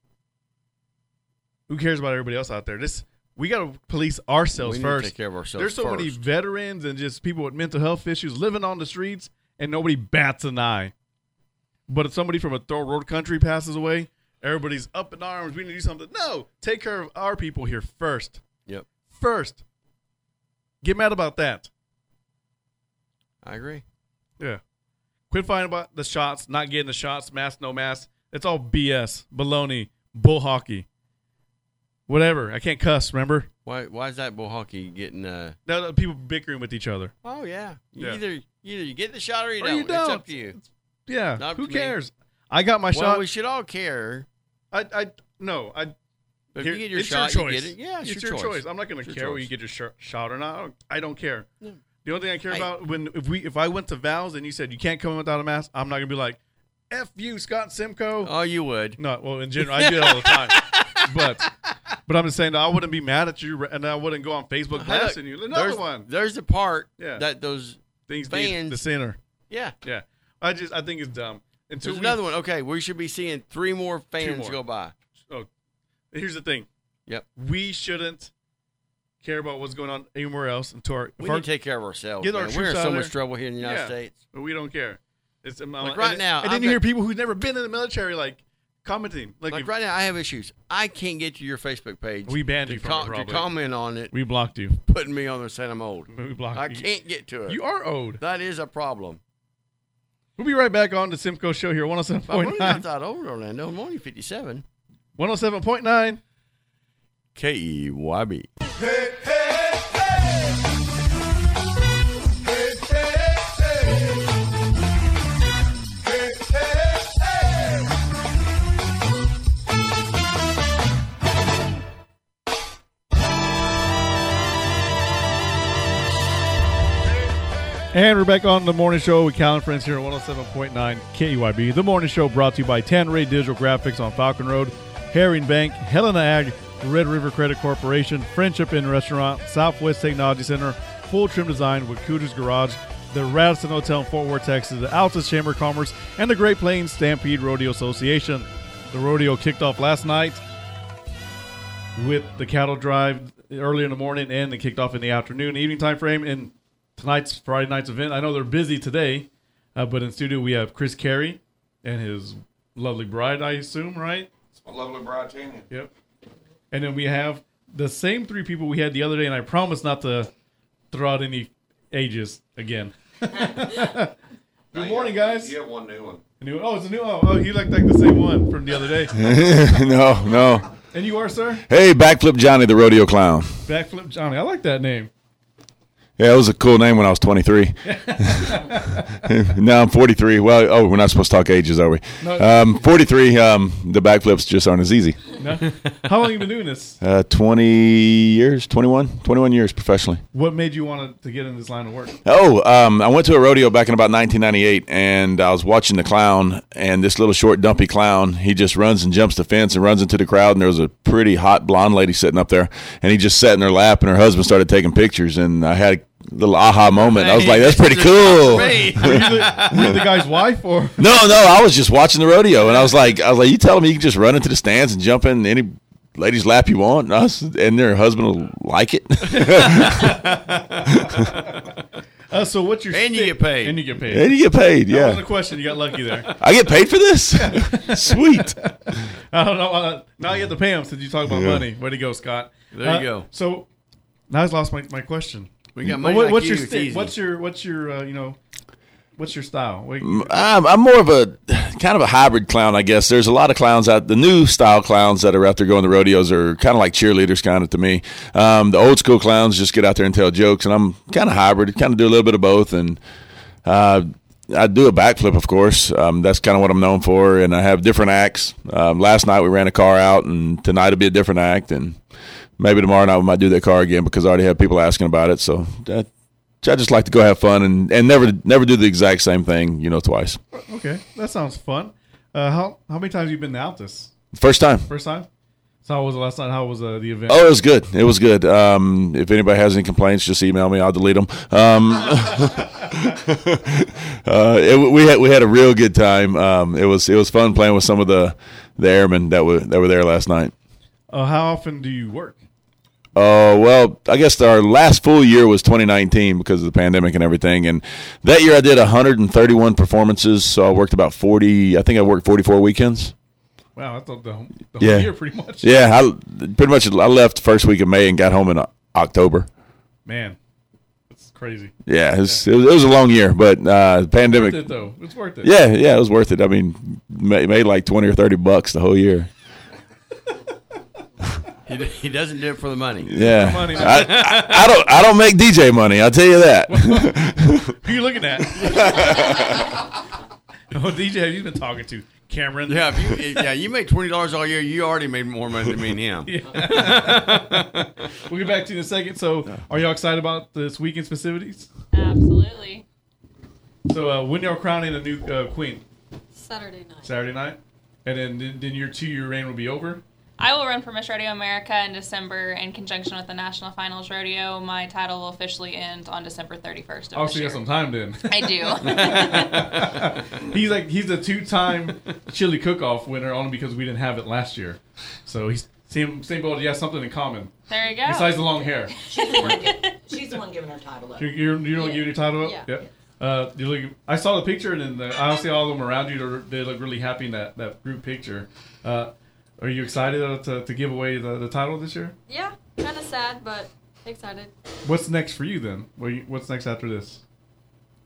Who cares about everybody else out there? This we got to police ourselves
We need to
first.
take care of ourselves
There's so many
first.
veterans and just people with mental health issues living on the streets, and nobody bats an eye. But if somebody from a third world country passes away, everybody's up in arms. We need to do something. No, take care of our people here first.
Yep.
First, get mad about that.
I agree.
Yeah. Quit fighting about the shots, not getting the shots, mask, no mask. It's all BS, baloney, bull hockey, whatever. I can't cuss. Remember?
Why why is that bull hockey getting uh
No, no, people bickering with each other.
Oh yeah. You
Yeah.
Either either you get the shot or you
Or
don't.
you
It's
don't.
up to you.
Yeah.
Not
Who
me.
cares? I got my
well,
shot.
we should all care.
I, I, no, I.
But
here-
if you get your
it's
shot,
your
you
choice.
get it. Yeah,
it's, your, choice. I'm not going
It's
to
your
care where you
choice.
get your shir- shot or not. I don't, I don't care.
Yeah.
The only thing I care
Hey.
about when if we if I went to Val's and you said you can't come in without a mask, I'm not going to be like, "F you, Scott Simcoe."
Oh, you would.
No, well, in general, I do it all the time. but but I'm just saying, I wouldn't be mad at you, and I wouldn't go on Facebook blasting you. Another
there's,
one.
There's the part
Yeah.
that those
Things being
fans-
the center.
yeah.
Yeah, I just I think it's dumb. Until
There's another one. Okay, we should be seeing three more fans
more.
go by.
Oh, here's the thing.
Yep.
We shouldn't care about what's going on anywhere else until our,
We
if our-
need to take care of ourselves.
Get our
man. We're
troops
in
out
so
of
much
there.
trouble here in the United
Yeah.
States.
but we don't care. It's I'm- I'm-
Like right
and,
now,
and then
I've
you hear
got-
people who've never been in the military like commenting like,
Like
if-
right now, I have issues. I can't get to your Facebook page.
We banned
to
you from it,
to
probably.
comment on it,
we blocked you.
putting me on there saying I'm old.
We blocked
I
you.
can't get to it.
You are owed.
That is a problem.
We'll be right back on the Simcoe Show here,
I'm really not
107.9.
that old, Orlando. I'm only 57.
107.9.
E
KEYB.
And we're back on the morning show with Cal and Friends here oh at 107.9 KUIB. E The morning show brought to you by Tanray Digital Graphics on Falcon Road, Herring Bank, Helena Ag, Red River Credit Corporation, Friendship Inn Restaurant, Southwest Technology Center, Full Trim Design with Cooter's Garage, the Radisson Hotel in Fort Worth, Texas, the Altus Chamber of Commerce, and the Great Plains Stampede Rodeo Association. The rodeo kicked off last night with the cattle drive early in the morning and then kicked off in the afternoon, evening time frame. And tonight's Friday night's event. I know they're busy today, uh, but in studio we have Chris Carey and his lovely bride, I assume, right?
My lovely bride Tanya.
Yep. And then we have the same three people we had the other day, and I promise not to throw out any ages again. Good morning, guys.
You have one new one.
A new- Oh, it's a new. Oh, oh, you looked like the same one from the other day.
no, no.
and you are, sir.
Hey, Backflip Johnny, the rodeo clown.
Backflip Johnny. I like that name.
Yeah, it was a cool name when I was 23. now I'm 43. Well, oh, we're not supposed to talk ages, are we?
No.
Um, 43. Um, the backflips just aren't as easy.
No? How long you been doing this?
Uh, 20 years, 21, 21 years professionally.
What made you want to get in this line of work?
Oh, um, I went to a rodeo back in about 1998, and I was watching the clown, and this little short, dumpy clown, he just runs and jumps the fence and runs into the crowd, and there was a pretty hot blonde lady sitting up there, and he just sat in her lap, and her husband started taking pictures, and I had little aha moment. I was like, that's pretty cool.
Hey,
Were you the, were you the guy's wife or?
No, no, I was just watching the rodeo, and I was like, I was like, you telling me you can just run into the stands and jump in any lady's lap you want, and, I was, and their husband will like it.
Uh, so what's your
And you
stick?
get paid.
And you get paid.
and you get paid.
That was
Yeah,
a question. You got lucky there.
I get paid for this. Sweet.
I don't know. Uh, now you have to pay him since you talk about
Yeah.
money. Way to go, Scott.
There
Uh,
you go.
So now I've lost my, my question.
We got
Well,
money.
what,
like
what's
you,
your
it's
stick?
easy.
What's your what's your uh, you know what's your style? What-
I'm, I'm more of a kind of a hybrid clown, I guess. There's a lot of clowns out. The new style clowns that are out there going to rodeos are kind of like cheerleaders, kind of to me. Um, the old school clowns just get out there and tell jokes, and I'm kind of hybrid, kind of do a little bit of both. And uh, I do a backflip, of course. Um, that's kind of what I'm known for, and I have different acts. Um, last night we ran a car out, and tonight will be a different act, and maybe tomorrow night we might do that car again because I already have people asking about it. So that. I just like to go have fun and, and never never do the exact same thing, you know, twice.
okay, that sounds fun. Uh, how how many times have you been to Altus?
First time.
First time. So how was the last night? How was uh, the event?
Oh, it was good. It was good. Um, if anybody has any complaints, just email me. I'll delete them. Um, uh, it, we had we had a real good time. Um, it was it was fun playing with some of the the airmen that were that were there last night.
Uh, how often do you work?
Oh well, I guess our last full year was 2019 because of the pandemic and everything. And that year I did 131 performances, so I worked about 40. I think I worked 44 weekends.
Wow, that's the, the whole
Yeah.
year pretty much.
Yeah, I pretty much I left the first week of May and got home in O- October.
Man, that's crazy.
Yeah, it was, it was, it was a long year, but uh, pandemic.
Worth it though. It's worth it.
Yeah, yeah, it was worth it. I mean, ma- made like twenty or thirty bucks the whole year.
He, d- he doesn't do it for the money.
Yeah,
money, man.
I, I, I don't, I don't make DJ money. I'll tell you that.
Who you looking at? oh, DJ, have you been talking to Cameron?
Yeah, if you, yeah. You make twenty dollars all year. You already made more money than me and him.
We'll get back to you in a second. So, are y'all excited about this weekend's festivities?
Absolutely.
So, uh, when y'all crowning the new uh, queen
Saturday night.
Saturday night, and then then, then your two-year reign will be over.
I will run for Miss Rodeo America in December in conjunction with the National Finals Rodeo. My title will officially end on December 31st of
Oh,
this
so you
year.
got some time then.
I do.
he's like he's a two-time chili cook-off winner only because we didn't have it last year. So he's same same boat. He has something in common
there you go.
besides the long hair.
She's the one giving, she's the one giving her title up.
You're, you're, you're not
Yeah.
giving your title up.
Yeah.
Yep. Uh, you're looking, I saw the picture, and then the, I see all of them around you. they're- They look really happy in that, that group picture. Uh, are you excited uh, to, to give away the, the title this year?
yeah, kind of sad, but excited.
What's next for you then? What you- What's next after this?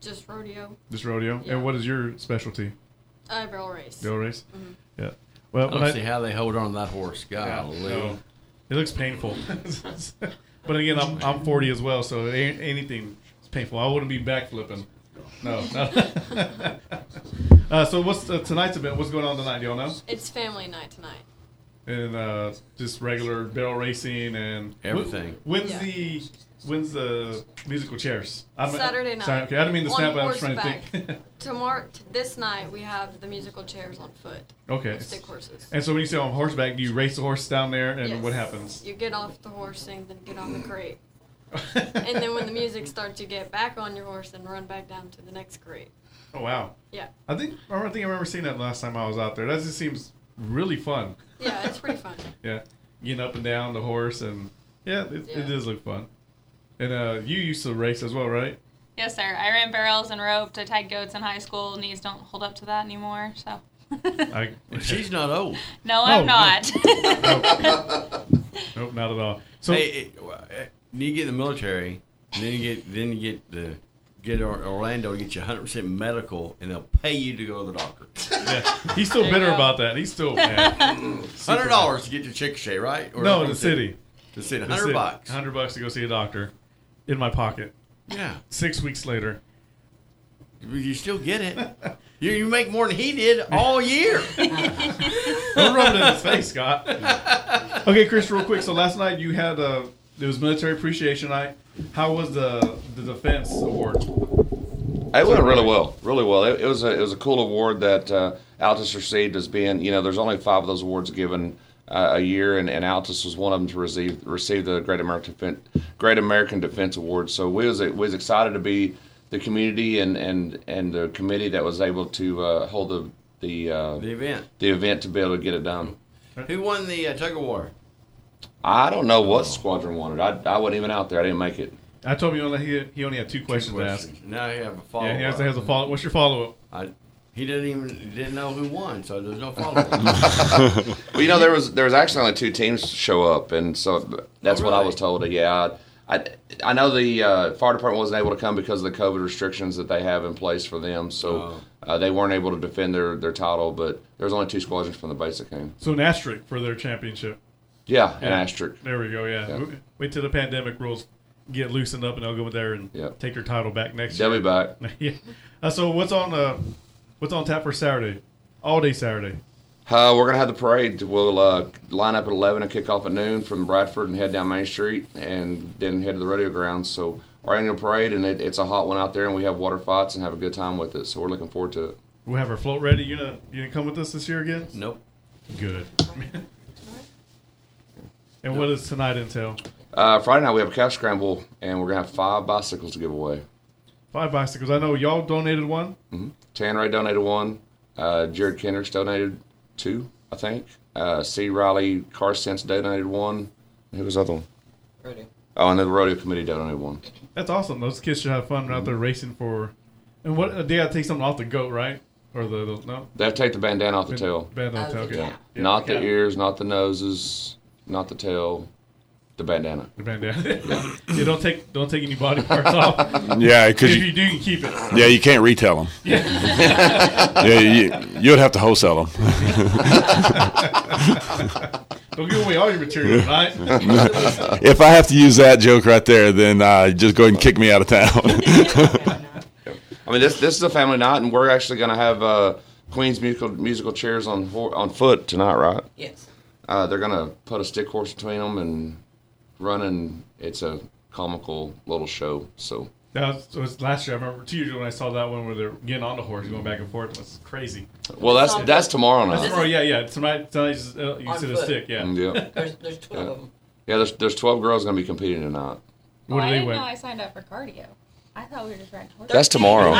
Just rodeo,
This rodeo,
Yeah.
and what is your specialty?
eyebrow race.
Bill race.
Mm-hmm.
Yeah. Well,
I
when I-
don't see how they hold on to that horse.
Yeah,
Golly.
no. it looks painful. but again, I'm, I'm 40 as well, so it ain't anything is painful. I wouldn't be backflipping. No. uh, so what's uh, tonight's event? What's going on tonight? Y'all know?
It's family night tonight.
And uh, just regular barrel racing and
Everything.
Wh- When's
Yeah.
the when's the musical chairs? I'm,
Saturday night.
Sorry, okay, I didn't mean to
On
snap. but I was trying to
horseback.
think.
Tomorrow, t- this night, we have the musical chairs on foot.
okay.
Stick horses.
And so when you say on horseback, do you race the horse down there, and
Yes.
what happens?
You get off the horse and then get on the crate. and then when the music starts, you get back on your horse and run back down to the next crate.
Oh wow.
Yeah.
I think I don't think I remember seeing that last time I was out there. That just seems really fun.
Yeah, it's pretty fun.
Yeah, getting up and down the horse and yeah, it,
Yeah.
it does look fun. And uh, you used to race as well, right?
Yes, sir. I ran barrels and roped. I tied goats in high school. Knees don't hold up to that anymore. So,
I,
And she's not old.
no,
no.
I'm not.
nope, not at all. So
hey, it, well, eh, you get in the military, and then you get then you get the get Or- Orlando to get you 100 percent medical, and they'll pay you to go to the doctor.
yeah, he's still
There you
bitter
go.
about that. He's still mad.
Hundred dollars to get your Chickasha, right? Or
no, the city.
The city. Hundred bucks.
Hundred bucks to go see a doctor, in my pocket.
Yeah,
Six weeks later.
you still get it. You, you make more than he did all year.
Don't rub it in his face, Scott. okay, Chris, real quick. So last night you had uh it was military appreciation night. How was the the defense award?
It went really well, really well. It, it was a it was a cool award that uh,
Altus received as being, you know, there's only five of those awards given uh, a year, and, and Altus was one of them to receive receive the Great American Defen Great American Defense Award. So we was we was excited to be the community and and and the committee that was able to uh, hold the the uh,
The event.
the event to be able to get it done.
Who won the uh, tug of war?
I don't know what squadron wanted. I I wasn't even out there. I didn't make it.
I told him he only, he, he only had two questions, to ask.
Now you have a follow.
Yeah, he has, has a follow. What's your follow up?
I, he didn't even he didn't know who won, so there's no follow up.
well, you know, there was there was actually only two teams to show up, and so that's what I was told. uh, Yeah, I I know the uh, fire department wasn't able to come because of the COVID restrictions that they have in place for them,
Oh.
so uh, they weren't able to defend their, their title. But there was only two squadrons from the base that came.
So an asterisk for their championship.
Yeah, an
Yeah.
asterisk.
There we go. Yeah.
Yeah.
W- Wait till the pandemic rules get loosened up, and they'll go there and
Yeah.
take your title back next
They'll
year.
be back.
yeah. Uh, so what's on uh, what's on tap for Saturday? All day Saturday.
Uh, we're gonna have the parade. We'll uh, line up at eleven and kick off at noon from Bradford and head down Main Street, and then head to the rodeo grounds. So our annual parade, and it, it's a hot one out there, and we have water fights and have a good time with it. So we're looking forward to it.
We'll have our float ready. You gonna you gonna come with us this year again?
nope.
Good. and what does tonight entail?
Uh, Friday night we have a couch scramble, and we're gonna have five bicycles to give away.
Five bicycles. I know y'all donated one.
Tan Ray donated one. Uh, Jared Kendricks donated two, I think. Uh, C. Riley Car Sense donated one. Who was the other one?
Rodeo.
Oh, and then the rodeo committee donated one.
That's awesome. Those kids should have fun out there racing for. And what they gotta take something off the goat, right? Or the, the no
They have to take the bandana off the tail.
band on
Oh,
tail.
the
okay.
cap.
Yeah,
not the
cap.
ears, not the noses, not the tail, the bandana.
The bandana. yeah, don't take don't take any body parts off.
Yeah,
if
because
you do, you can keep it.
yeah, you can't retail them. yeah, you, you'd have to wholesale them.
Don't give away all your material, right?
if I have to use that joke right there, then uh, just go ahead and kick me out of town.
I mean, this this is a family night, and we're actually going to have uh, Queen's musical musical chairs on ho- on foot tonight, right?
Yes.
Uh, they're gonna put a stick horse between them and run, and it's a comical little show. So
that was, was last year. I remember two years ago when I saw that one where they're getting on the horse, going back and forth. It was crazy.
well, that's that's tomorrow night.
Tomorrow, yeah, yeah. Tonight, tonight uh, you
On
said a
foot.
stick, yeah.
Yeah,
There's there's twelve of them.
yeah. There's there's twelve girls gonna be competing tonight.
What do
Oh, I
they
didn't
win?
know I signed up for cardio. I thought we were just riding horses.
That's tomorrow.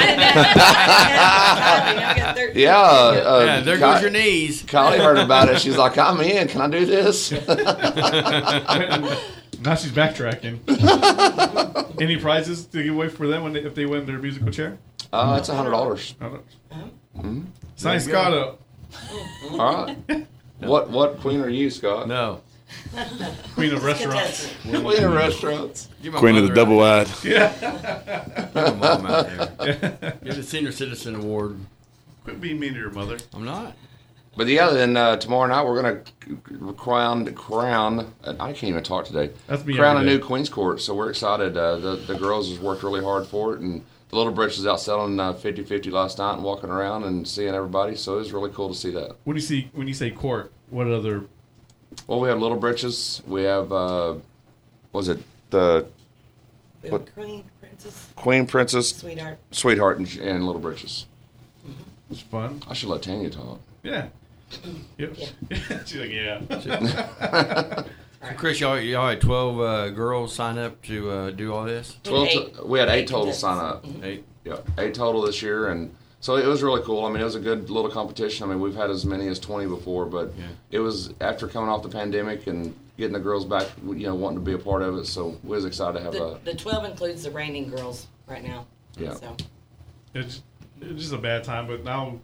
Yeah, uh,
yeah, there
Ky-
goes your knees.
Kylie heard about it. She's like, I'm in. Can I do this? Uh,
now she's backtracking. Any prizes to give away for them when they, if they win their musical chair?
Uh, it's a hundred dollars.
I don't know. Hmm? Sign Scott up.
All right. What what queen are you, Scott?
No.
Queen of restaurants.
Queen of restaurants.
Give my
Queen of the
mother out-
double wide.
Give my mom out there. Give the senior citizen award.
Quit being mean to your mother.
I'm not.
But yeah, then uh, tomorrow night we're gonna c- c- crown crown. and I can't even talk today.
That's me
Crown a
every day.
new Queen's Court. So we're excited. Uh, the the girls has worked really hard for it, and the little britch was out selling uh, 50-50 last night and walking around and seeing everybody. So it was really cool to see that.
When you see when you say court, what other?
Well, we have little britches. We have uh, what was it the What?
Queen, princess,
Queen Princess,
sweetheart.
Sweetheart, and, and Little Britches.
It's fun.
I should let Tanya talk.
Yeah. Yep. she's like, yeah.
So Chris, y'all, y'all had 12 uh, girls sign up to uh, do all this?
Twelve.
Eight.
to- we had eight,
Eight
total
contestants.
sign up.
Eight.
Yeah, eight total this year, and so it was really cool. I mean, it was a good little competition. I mean, we've had as many as twenty before, but
Yeah.
it was after coming off the pandemic and getting the girls back, you know, wanting to be a part of it. So we was excited to have
The,
a
the twelve includes the reigning girls right now.
Yeah.
So
It's, it's just a bad time, but now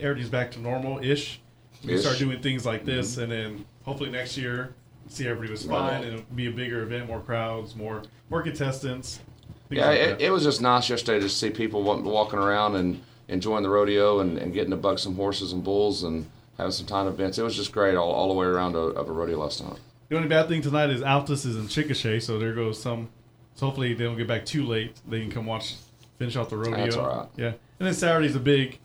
everything's back to normal ish. We
Ish. Mm-hmm.
start doing things like this, and then hopefully next year, see everybody was fine,
Right.
and it'll be a bigger event, more crowds, more more contestants. things
yeah.
like
It,
that.
it was just nice yesterday to see people wa- walking around and enjoying the rodeo and, and getting to buck some horses and bulls and having some time events. It was just great all, all the way around of, of a rodeo last night.
The only bad thing tonight is Altus is in Chickasha, so there goes some. So hopefully they don't get back too late. They can come watch, finish out the rodeo.
That's all right.
Yeah, and then Saturday's a big,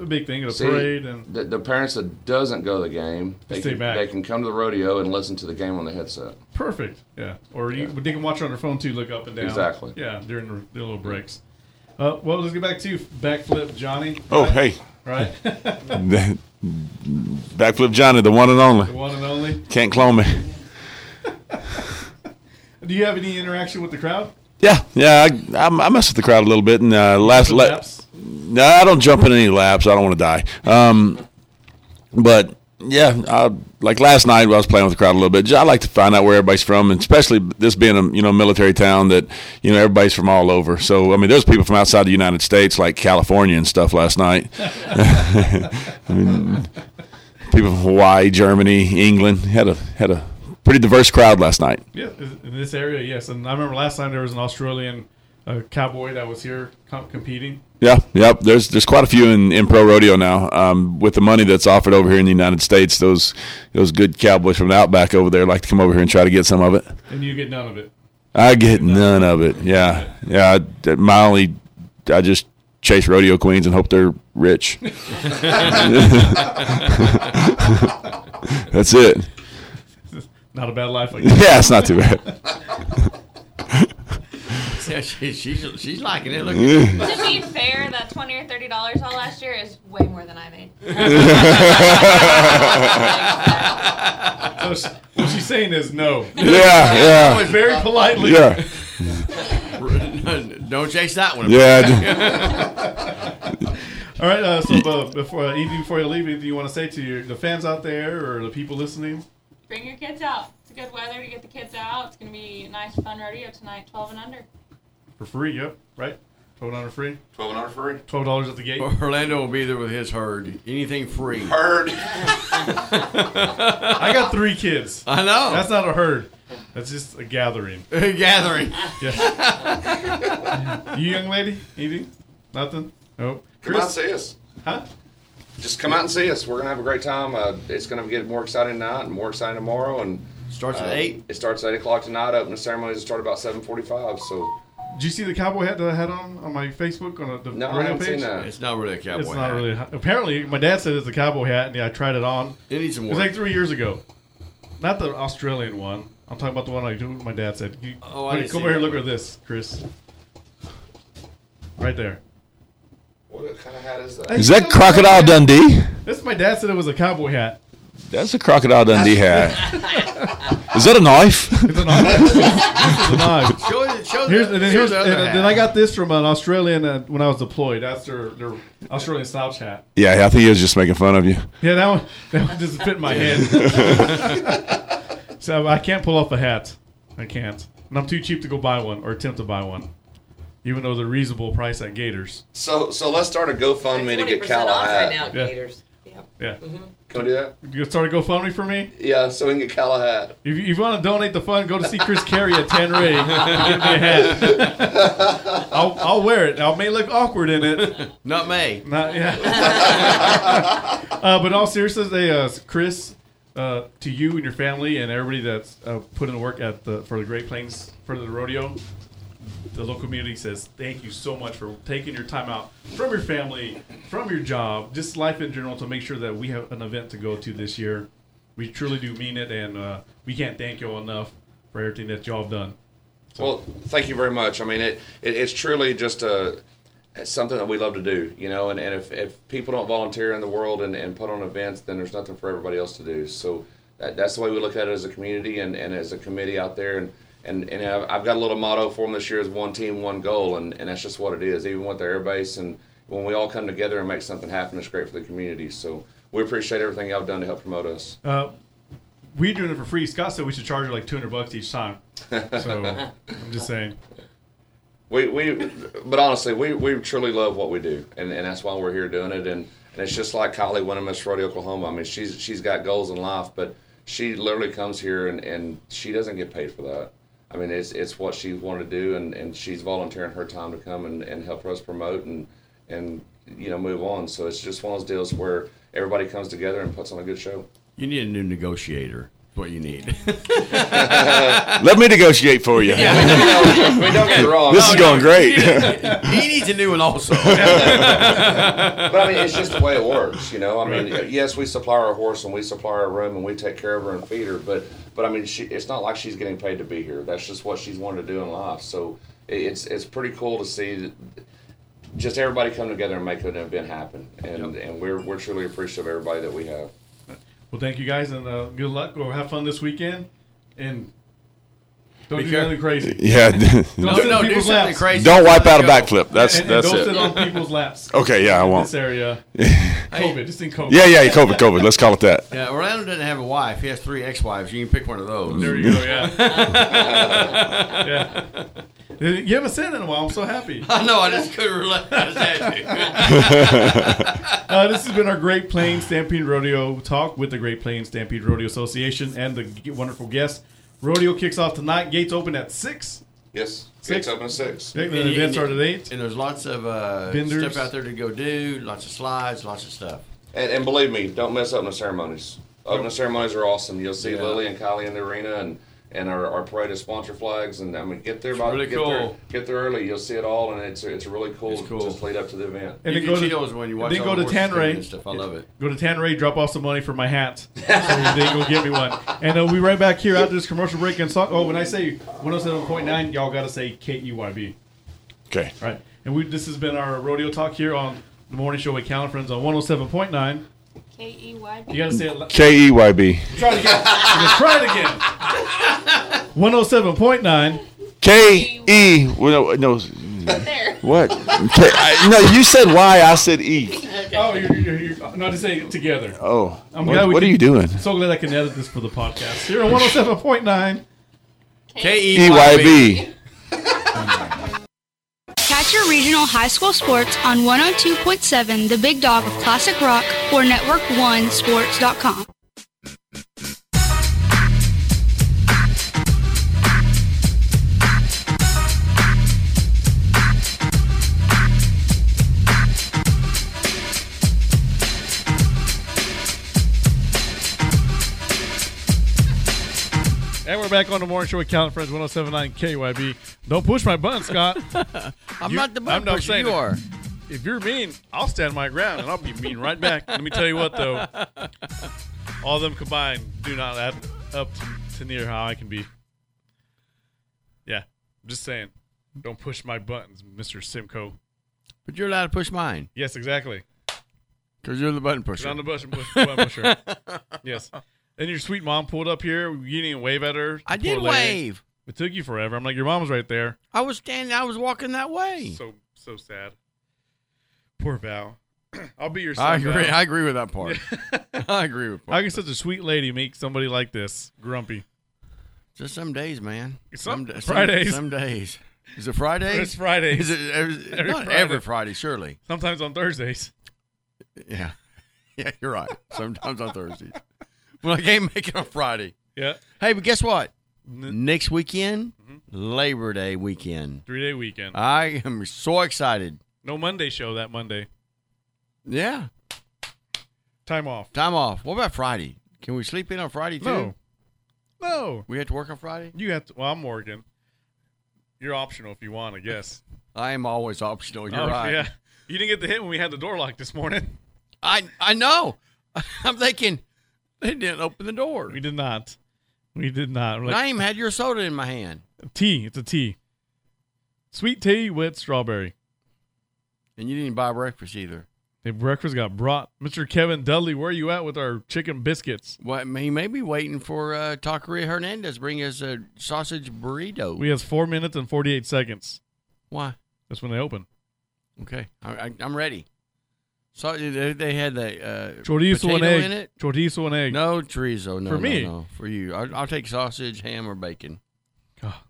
a big thing, a
See,
parade, and
the, the parents that doesn't go to the game, they
Stay
can,
back.
they can come to the rodeo and listen to the game on the headset.
perfect. Yeah, or you, but they can watch it on their phone too. Look up and down.
Exactly.
Yeah, during the, the little breaks. Uh, well, let's get back to backflip Johnny.
Oh,
Right?
hey,
Right.
Backflip Johnny, the one and only.
The one and only.
Can't clone me.
Do you have any interaction with the crowd?
Yeah, yeah. I, I, I mess with the crowd a little bit, and uh, last
the
la-
laps?
No, I don't jump in any laps. I don't want to die. Um, but yeah, I, like last night, I was playing with the crowd a little bit. I like to find out where everybody's from, and especially this being a you know military town that you know everybody's from all over. So I mean, there's people from outside the United States, like California and stuff, last night. I mean, people from Hawaii, Germany, England had a had a pretty diverse crowd last night.
Yeah, in this area, yes. And I remember last time there was an Australian uh, cowboy that was here com- competing.
Yeah, yep. There's there's quite a few in, in pro rodeo now. Um, with the money that's offered over here in the United States, those those good cowboys from the outback over there like to come over here and try to get some of it.
And you get none of it.
I get none of it. Yeah, yeah. I, my only, I just chase rodeo queens and hope they're rich. that's it.
Not a bad life. I guess.
Yeah, it's not too bad.
she, she's, she's liking it. Look.
to be fair, that twenty or thirty dollars all last year is way more than I made.
So she- what she's saying is no.
Yeah, yeah.
Always Very politely.
Yeah.
Don't chase that one.
Yeah,
All right. Uh, so uh, before uh, Evie, before you leave, anything you want to say to your, the fans out there or the people listening?
Bring your kids out. It's good weather to get the kids out. It's gonna be a nice, fun rodeo tonight, twelve and under.
For free, yep. Right? Twelve dollars free.
Twelve dollars free.
Twelve dollars at the gate.
Orlando will be there with his herd. Anything free.
Herd.
I got three kids.
I know.
That's not a herd. That's just a gathering.
Gathering.
Yeah. you young lady? Anything? Nothing? Nope.
Come out and see us.
Huh?
Just come out and see us. We're gonna have a great time. Uh, it's gonna get more exciting tonight and more exciting tomorrow. And
starts
Uh,
at eight?
It starts at eight o'clock tonight. Open the ceremonies start about seven forty-five. So
Did you see the cowboy hat that I had on on my Facebook on the
No, I
radio
haven't
page?
seen that.
It's not really a cowboy
It's not
hat.
really. a- Apparently, my dad said it's a cowboy hat, and yeah, I tried it on.
It needs some
It was
work.
like three years ago. Not the Australian one. I'm talking about the one I do. My dad said. You-
Oh, I
look-
didn't
come
see
over here.
that
Look
one.
at this, Chris. Right there.
what kind of hat is that?
Is that Crocodile Dundee?
This my dad said it was a cowboy hat.
That's a Crocodile Dundee hat. Is that a knife?
It's a knife. it's a knife.
Show it. Show
Here's,
the,
and then,
show
here's,
the
and
other hat.
then I got this from an Australian uh, when I was deployed. That's their, their Australian slouch hat.
Yeah, I think he was just making fun of you.
Yeah, that one that one doesn't fit my head. so I can't pull off a hat. I can't, and I'm too cheap to go buy one or attempt to buy one, even though they're reasonable price at Gators.
So so let's start a GoFundMe to get
20%
Cal a
off
hat.
right now,
Yeah.
Gators. Yep.
Yeah,
Can we do that?
you start a GoFundMe for me.
Yeah, so we can get Cal a hat.
If you, if you want to donate the fund, go to see Chris Carey at Ten Ray. Give me a hat. I'll, I'll wear it. I may look awkward in it.
Not me.
Not yeah. uh, but in all seriousness, they, uh, Chris, uh, to you and your family and everybody that's uh, put in the work at the for the Great Plains for the rodeo, the local community says thank you so much for taking your time out from your family, from your job, just life in general to make sure that we have an event to go to this year. We truly do mean it, and uh, we can't thank you all enough for everything that y'all have done.
Well, thank you very much. I mean, it, it it's truly just a it's something that we love to do, you know. And, and if, if people don't volunteer in the world and, and put on events, then there's nothing for everybody else to do. So that, that's the way we look at it as a community and, and as a committee out there. And and, and I've, I've got a little motto for them this year: is one team, one goal, and, and that's just what it is. Even with the air base, and when we all come together and make something happen, it's great for the community. So we appreciate everything y'all have done to help promote us.
Uh, we're doing it for free. Scott said we should charge her like 200 bucks each time. So I'm just saying.
We, we but honestly, we, we truly love what we do, and, and that's why we're here doing it. And, and it's just like Kylie winning Miss Rodeo Oklahoma. I mean, she's she's got goals in life, but she literally comes here and, and she doesn't get paid for that. I mean, it's it's what she wanted to do, and, and she's volunteering her time um, to come and, and help us promote and and you know move on. So it's just one of those deals where everybody comes together and puts on a good show.
You need a new negotiator. That's what you need.
Let me negotiate for you.
We don't get me wrong.
This is going great.
he needs a new one also.
but I mean, it's just the way it works, you know. I mean, yes, we supply our horse and we supply our room and we take care of her and feed her, but but I mean, she, it's not like she's getting paid to be here. That's just what she's wanted to do in life. So it- it's it's pretty cool to see that
just everybody come together and make an event happen. And and we're we're truly appreciative of everybody that we have.
Well, thank you guys, and uh, good luck. Go have fun this weekend, and don't
Be
do
careful.
nothing crazy.
Yeah.
Don't
No,
sit on
no, do
people's
something
laps.
crazy.
Don't wipe out a backflip. That's
And- and
that's
don't
it.
sit on people's laps.
Okay, yeah, I
In
won't.
This area, COVID, just in COVID.
Yeah, yeah, COVID, COVID. Let's call it that.
Yeah, Orlando doesn't have a wife. He has three ex-wives. You can pick one of those.
There you go. Yeah. yeah. You haven't said it in a while. I'm so happy.
I know. I just couldn't relate. I just had to.
uh, this has been our Great Plains Stampede Rodeo talk with the Great Plains Stampede Rodeo Association and the g- wonderful guests. Rodeo kicks off tonight. Gates open at six.
Yes.
Six?
Gates open at six.
Yeah,
And
the
you-
event
and-
started at eight.
And there's lots of uh,
Vendors.
stuff out there to go do. Lots of slides. Lots of stuff.
And, and believe me, don't mess up the ceremonies. Opening ceremonies are awesome. You'll see
Yeah.
Lily and Kylie in the arena and, and our, our parade of sponsor flags. And I mean, get there, by,
really
get
cool.
there, get there early. You'll see it all, and it's it's really cool.
It's cool.
Just lead up to the event.
And
You
then
get
go to-
chills when you
and
watch
then
all
go
the
to
horses
Tanray.
and stuff. I love it.
Go to Tanray, drop off some money for my hat. So they go get me one. And uh, we'll be right back here after this commercial break. And so, oh, when I say 107.9, y'all got to say KEYB.
Okay.
All right. And we, this has been our rodeo talk here on the morning show with Cal and Friends on 107.9.
K E Y B.
You got to say it. li-
K E Y B.
Try it again. You can try it again. 107.9.
K E. well, No. no.
There.
What? K- I- no, you said Y. I said E.
Oh, you're, you're, you're not to say it together.
Oh.
I'm
what
glad we
what are
could-
you doing?
So glad I can edit this for the podcast. Here on 107.9.
K
E Y B.
Catch your regional high school sports on 102.7 The Big Dog of Classic Rock or Network1Sports.com.
And we're back on the morning show with Cal and Friends 107.9 KYB. Don't push my button, Scott.
I'm
You-
not the button
I'm not
pusher,
saying
You
it.
are.
if you're mean, I'll stand my ground and I'll be mean right back. Let me tell you what, though. All them combined do not add up to, to near how I can be. Yeah, I'm just saying. Don't push my buttons, Mr. Simcoe.
But you're allowed to push mine
Yes, exactly.
because you're the button pusher.
Get on the bus and push button pusher. yes. And your sweet mom pulled up here. You didn't wave at her.
I
Poor
did
lady.
wave.
It took you forever. I'm like, your mom's right there.
I was standing. I was walking that way.
So so sad. Poor Val. I'll be your son.
I agree.
Val.
I agree with that part. I agree with part.
How can such a sweet lady make somebody like this grumpy?
Just some days, man.
Some-
da-
Fridays.
Some, days. Is it Fridays?
It's Fridays.
Is it every,
Every
not
Friday.
every Friday? Surely.
Sometimes on Thursdays.
Yeah. Yeah, you're right. Sometimes on Thursdays. When I can't make it on Friday.
Yeah.
Hey, but guess what? Next weekend,
Mm-hmm.
Labor Day weekend.
Three day weekend.
I am so excited.
no Monday show that Monday.
Yeah.
Time off.
Time off. What about Friday? Can we sleep in on Friday too?
No. No.
We have to work on Friday?
You have to well, I'm working. You're optional if you want, I guess.
I am always optional. You're
Oh,
right.
Yeah. You didn't get the hit when we had the door locked this morning.
I I know. I'm thinking they didn't open the door.
We did not. We did not. We're
And
like,
I even had your soda in my hand,
tea. It's a tea. Sweet tea with strawberry.
and you didn't buy breakfast either.
The breakfast got brought. Mr. Kevin Dudley, where are you at with our chicken biscuits?
Well, he may be waiting for uh, Taqueria Hernandez to bring us a sausage burrito.
We has four minutes and forty eight seconds.
Why?
That's when they open.
Okay, I, I, I'm ready. So they, they had the uh,
Chorizo and
potato
egg.
in it.
Chorizo and egg.
No chorizo. No,
For
no,
me.
no. for you. I, I'll take sausage, ham, or bacon,
Ah,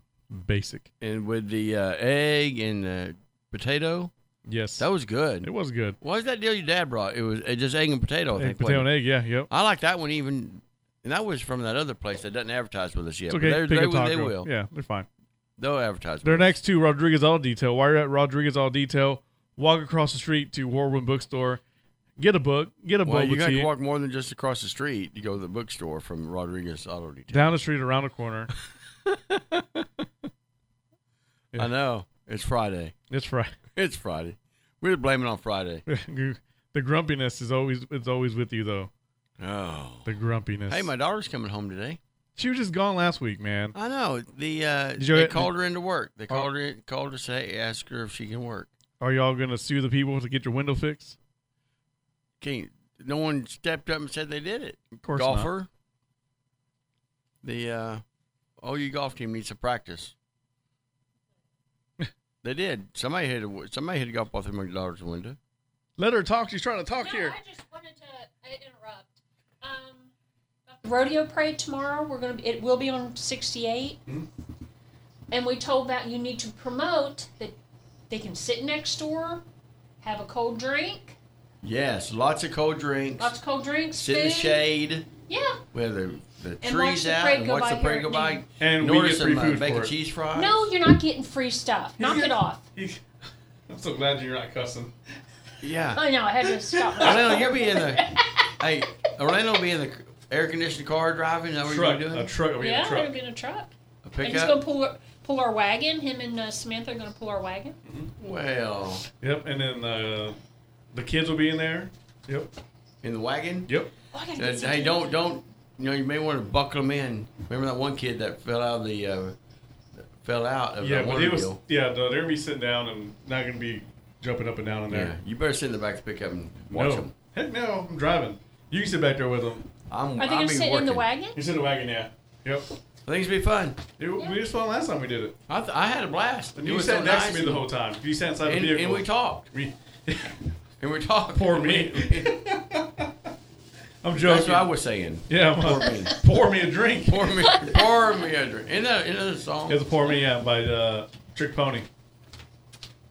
basic.
and with the uh, egg and the potato.
Yes.
That was good.
it was good.
What was that deal your dad brought? It was uh, just egg and potato. I
Egg,
think.
potato
wasn't
and
it?
egg, yeah, yep.
I like that one even, and that was from that other place that doesn't advertise with us yet.
It's
but
okay.
they're-
Pick
they,
a
will- they
taco.
will.
Yeah, they're fine.
They'll advertise. with
They're
us.
next to Rodriguez All Detail. While you're at Rodriguez All Detail, walk across the street to Warwood Bookstore, get a book, get a
Well,
boba
you got
tea.
to walk more than just across the street. You go to the bookstore from Rodriguez Auto Detail.
down the street around the corner. Yeah.
I know it's Friday.
It's right.
It's Friday. We're blaming on Friday.
the grumpiness is always it's always with you though.
Oh.
The grumpiness.
Hey, my daughter's coming home today.
She was just gone last week, man.
I know. The uh,
Did you
they
get-
called her into work. They
Oh.
called her called her say ask her if she can work.
Are y'all gonna sue the people to get your window fixed?
Can't, no one stepped up and said they did it. Of
course not.
Golfer. The uh, OU golf team needs to practice. they did. Somebody hit a somebody hit a golf ball through my daughter's window.
Let her talk. She's trying to talk here.
I just wanted to I interrupt. Um, about the rodeo parade tomorrow. We're gonna be, it will be on 68, and we told that you need to promote that they can sit next door, have a cold drink,
Yes, lots of cold drinks.
lots of cold drinks,
sit in the
food.
shade.
Yeah.
Where the, the
And watch
trees
the
out
parade
and
go
watch
by
the parade
here
go
at
by.
noon.
And we
Order
get
some
free
uh,
food
bacon
for it.
cheese fries.
No, you're not getting free stuff. Knock it off.
I'm so glad you're not cussing.
Yeah.
Oh no, I had to stop.
Orlando, you'll be in the. hey, Orlando will be in the air conditioned car driving. Is that what
Truck.
you're doing?
A truck will be
yeah, they're gonna be in a truck.
A
And he's gonna
pickup.
pull pull our wagon. Him and uh, Samantha are gonna pull our wagon.
Well.
Yep. And then uh, the kids will be in there. Yep.
In the wagon.
Yep.
Oh, I gotta
Uh,
get some-
hey, don't don't. You know, you may want to buckle them in. Remember that one kid that fell out of the. Uh, fell out of
Yeah,
that
but
one
it was
deal.
yeah. No, they're gonna be sitting down and not gonna be jumping up and down in
Yeah,
there.
you better sit in the back of the pickup and watch
no.
them.
Heck no, I'm driving. You can sit back there with them.
I'm.
Are they
I'll
gonna
be
sit in the
working.
wagon?
You sit in the wagon, yeah. Yep.
I think it's be fun.
It, We just fun last time we did it.
I, th- I had a blast.
And
It
you
was
sat
so
next
nice
to me the
and-
whole time. You sat inside
And,
the vehicle.
and we talked.
We-
And we talked.
Poor me. I'm joking.
That's what I was saying.
Yeah,
Pour
well,
me.
pour me a drink.
Pour me, pour me a drink. Isn't that, isn't that a song?
It's Pour Me Out by uh, Trick Pony.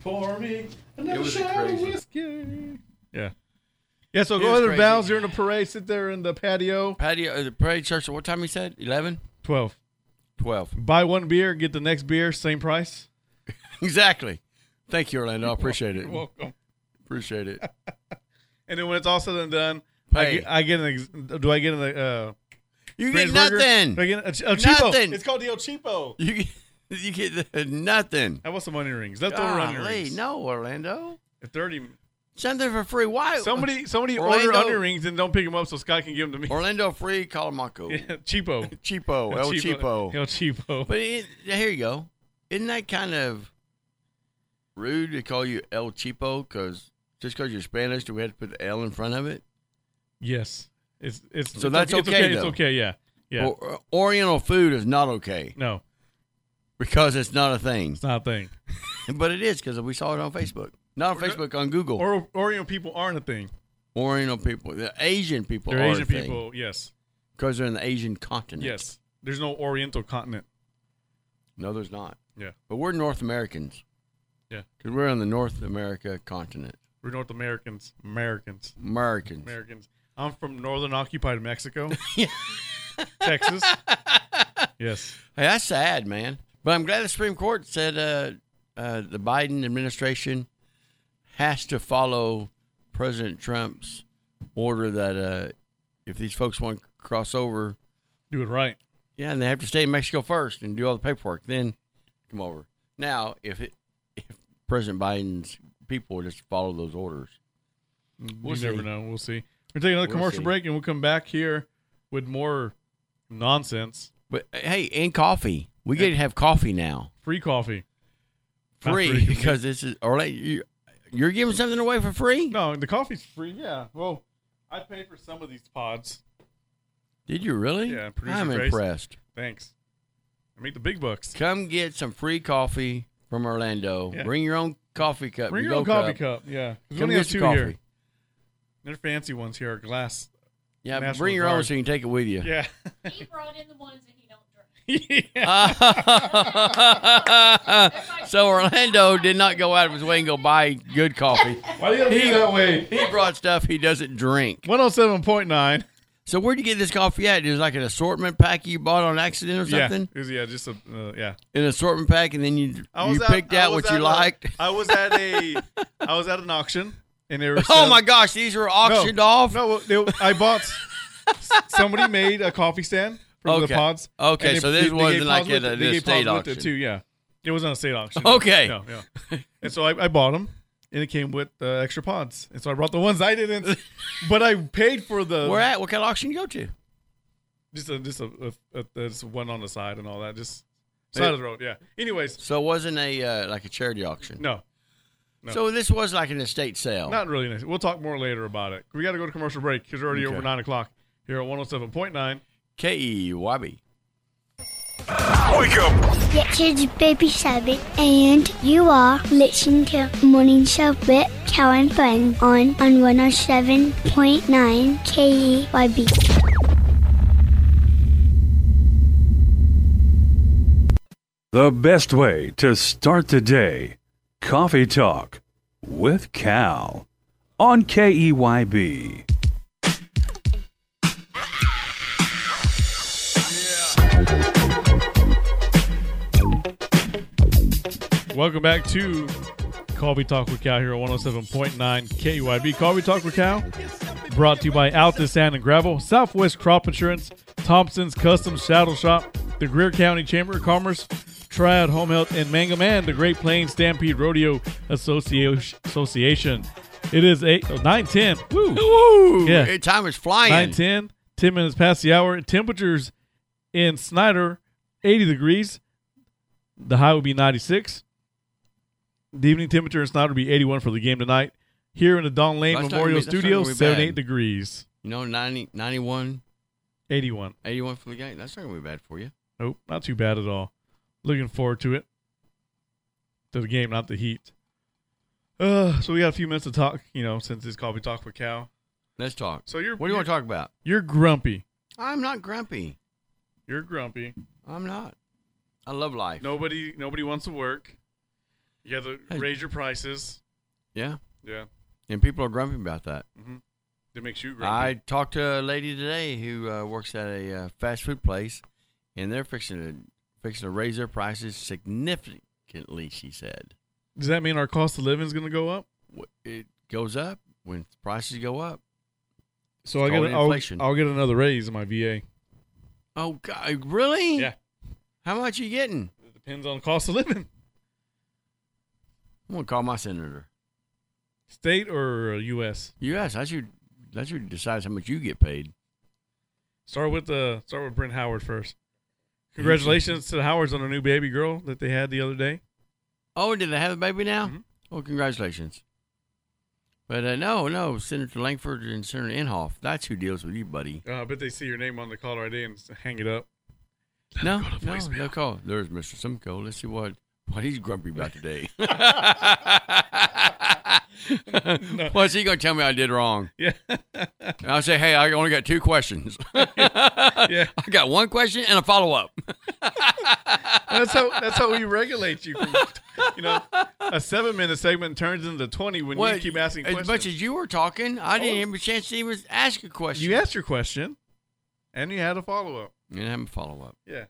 Pour me
It
another
was
shot of
crazy.
whiskey. Yeah. Yeah, so
It
go
was
other
crazy.
bounds. You're in the parade. Sit there in the patio.
Patio, uh, the parade church. What time you said? 11?
12.
12.
Buy one beer, get the next beer, same price.
Exactly. Thank you, Orlando. I appreciate it.
You're welcome.
Appreciate it.
And then when it's all said and done, I,
Hey.
get, I get an. Ex- do I get an? Uh,
You get
French burger?
nothing.
Do I get a, a cheapo.
Nothing.
It's called the El Cheapo.
You get, you get the- nothing.
I want some onion rings. Leftover onion
Golly,
rings.
no, Orlando.
Thirty.
Something for free. Why?
Somebody, somebody order
Orlando-
onion rings and don't pick them up so Scott can give them to me.
Orlando free Calamaco.
Yeah, cheapo.
Cheapo. El Cheapo.
El Cheapo.
But it, here you go. Isn't that kind of rude to call you El Cheapo? Because just because you're Spanish, do we have to put the L in front of it?
Yes. It's it's
So
it's
that's
okay. It's
okay,
It's
though.
okay. Yeah. Yeah.
Or, or- Oriental food is not okay
no,
because it's not a thing.
it's not a thing.
But it is because we saw it on Facebook. Not on Facebook, on Google.
Or Oreo people aren't a thing.
Oriental people, the Asian people
They're
are
Asian
a thing
people. Yes.
because they're in the Asian continent.
Yes. There's no Oriental continent.
No, there's not.
Yeah.
But we're North Americans.
Yeah.
Because we're on the North America continent.
We're North Americans. Americans.
Americans.
Americans. I'm from northern occupied Mexico. Texas. Yes.
Hey, that's sad, man. But I'm glad the Supreme Court said uh, uh, the Biden administration has to follow President Trump's order that uh, if these folks want to cross over,
Do it right.
yeah, and they have to stay in Mexico first and do all the paperwork, then come over. Now, if it, if President Biden's people would just follow those orders, We'll
you
see.
never know. We'll see. We're taking another
We'll
commercial
see.
break and we'll come back here with more nonsense.
but hey, and coffee, we get to have coffee now.
Free coffee. Not
Free because this is or like you, you're giving something away for free.
No, the coffee's free. Yeah. Well, I pay for some of these pods.
Did you really?
Yeah, producer
I'm
Grace.
impressed.
Thanks. I make the big bucks.
Come get some free coffee from Orlando.
Yeah.
Bring your own coffee cup.
Bring your
to-go
own coffee cup. Yeah. 'Cause we
Come
only
get
have
some
two
coffee.
here. They're fancy ones here. Glass.
Yeah,
National
bring your own
Guard.
so you can take it with you.
Yeah.
He brought in the ones that he don't drink.
Uh,
yeah.
so Orlando did not go out of his way and go buy good coffee.
Why do you gotta be that way?
He brought stuff he doesn't drink.
107.9.
So where'd you get this coffee at? It was like an assortment pack you bought on accident or
Yeah.
something.
It was, yeah, just a, uh, yeah.
An assortment pack, and then you
I
you
was at-
picked
I
out
was
what you
at a-
liked.
I was at a, I was at an auction and they were.
Oh
selling-
my gosh, these were
No,
auctioned off.
No, they, I bought. somebody made a coffee stand from
Okay.
the pods.
Okay,
and
so this wasn't
gave
like
pods with
at a-
it. They
the
gave
state
pods with it,
auction.
too. Yeah, it wasn't a state auction.
Okay.
no, no. and so I, I bought them, and it came with uh, extra pods. And so I brought the ones I didn't, but I paid for the
Where at? What kind of auction you go to?
just a, just a, a, a, just one on the side and all that. Just side of the road. Yeah. Anyways,
So it wasn't a uh, like a charity auction.
no, No.
So this was like an estate sale.
Not really nice. We'll talk more later about it. We got to go to commercial break because we're already
Okay.
over 9 o'clock here at
E
107.9.
KEYB.
Wake up! This is Baby Seven, and you are listening to Morning Show with Karen Friend on, on 107.9 KEYB.
The best way to start the day Coffee Talk with Cal on E. KEYB.
Welcome back to Coffee Talk with Cal here at 107.9 KUIB. Coffee Talk with Cal brought to you by Alta Sand and Gravel, Southwest Crop Insurance, Thompson's Custom Saddle Shop, the Greer County Chamber of Commerce, Triad Home Health, and Mangum and the Great Plains Stampede Rodeo Associ- Association. It is 8, oh, 9.10. Woo!
Hey, time is flying.
9.10, 10 minutes past the hour. Temperatures in Snyder, 80 degrees. The high will be 96. The evening temperature in Snyder will be 81 for the game tonight. Here in the Don Lane
That's not gonna
Memorial
be- that's not
Studio,
gonna be bad.
78 degrees.
You know, 90, 91,
81.
81 for the game. That's not going to be bad for you.
Nope, not too bad at all. Looking forward to it. To the game, not the heat. Uh, so we got a few minutes to talk, you know, since it's coffee talk with Cal.
Let's talk.
So you're
What do you want to talk about?
You're grumpy.
I'm not grumpy.
You're grumpy.
I'm not. I love life.
Nobody nobody wants to work. You have to
Hey.
raise your prices.
Yeah.
Yeah.
And people are grumpy about that.
It makes you grumpy.
I talked to a lady today who uh, works at a uh, fast food place, and they're fixing to fixing to raise their prices significantly. She said
Does that mean our cost of living is going to go up?
Wh- it goes up when prices go up.
So I
It's called
get
inflation.
I'll, I'll get another raise in my VA.
Oh God, really? Yeah. How much you getting? It
depends on cost of living.
I'm gonna call my senator.
State or uh, U.S.
U.S. That's your that's your decides how much you get paid.
Start with uh start with Brent Howard first. Congratulations to the Howards on their new baby girl that they had the other day.
Oh, did I have a baby now? Oh, congratulations. But uh, no, no, Senator Langford and Senator Inhofe. That's who deals with you, buddy.
Uh, I bet they see your name on the caller ID and s- hang it up.
No, no, no call. There's Mr. Simcoe. Let's see what what he's grumpy about today. What's he gonna tell me I did wrong?
Yeah.
And I'll say, hey, I only got two questions. yeah. I got one question and a follow up.
That's how that's how we regulate you. From, you know, a seven minute segment turns into twenty when you keep asking
as
questions. Oh.
much as you were talking, I didn't have a chance to even ask a question.
You asked your question, and you had a follow up.
And have a follow up.
Yeah,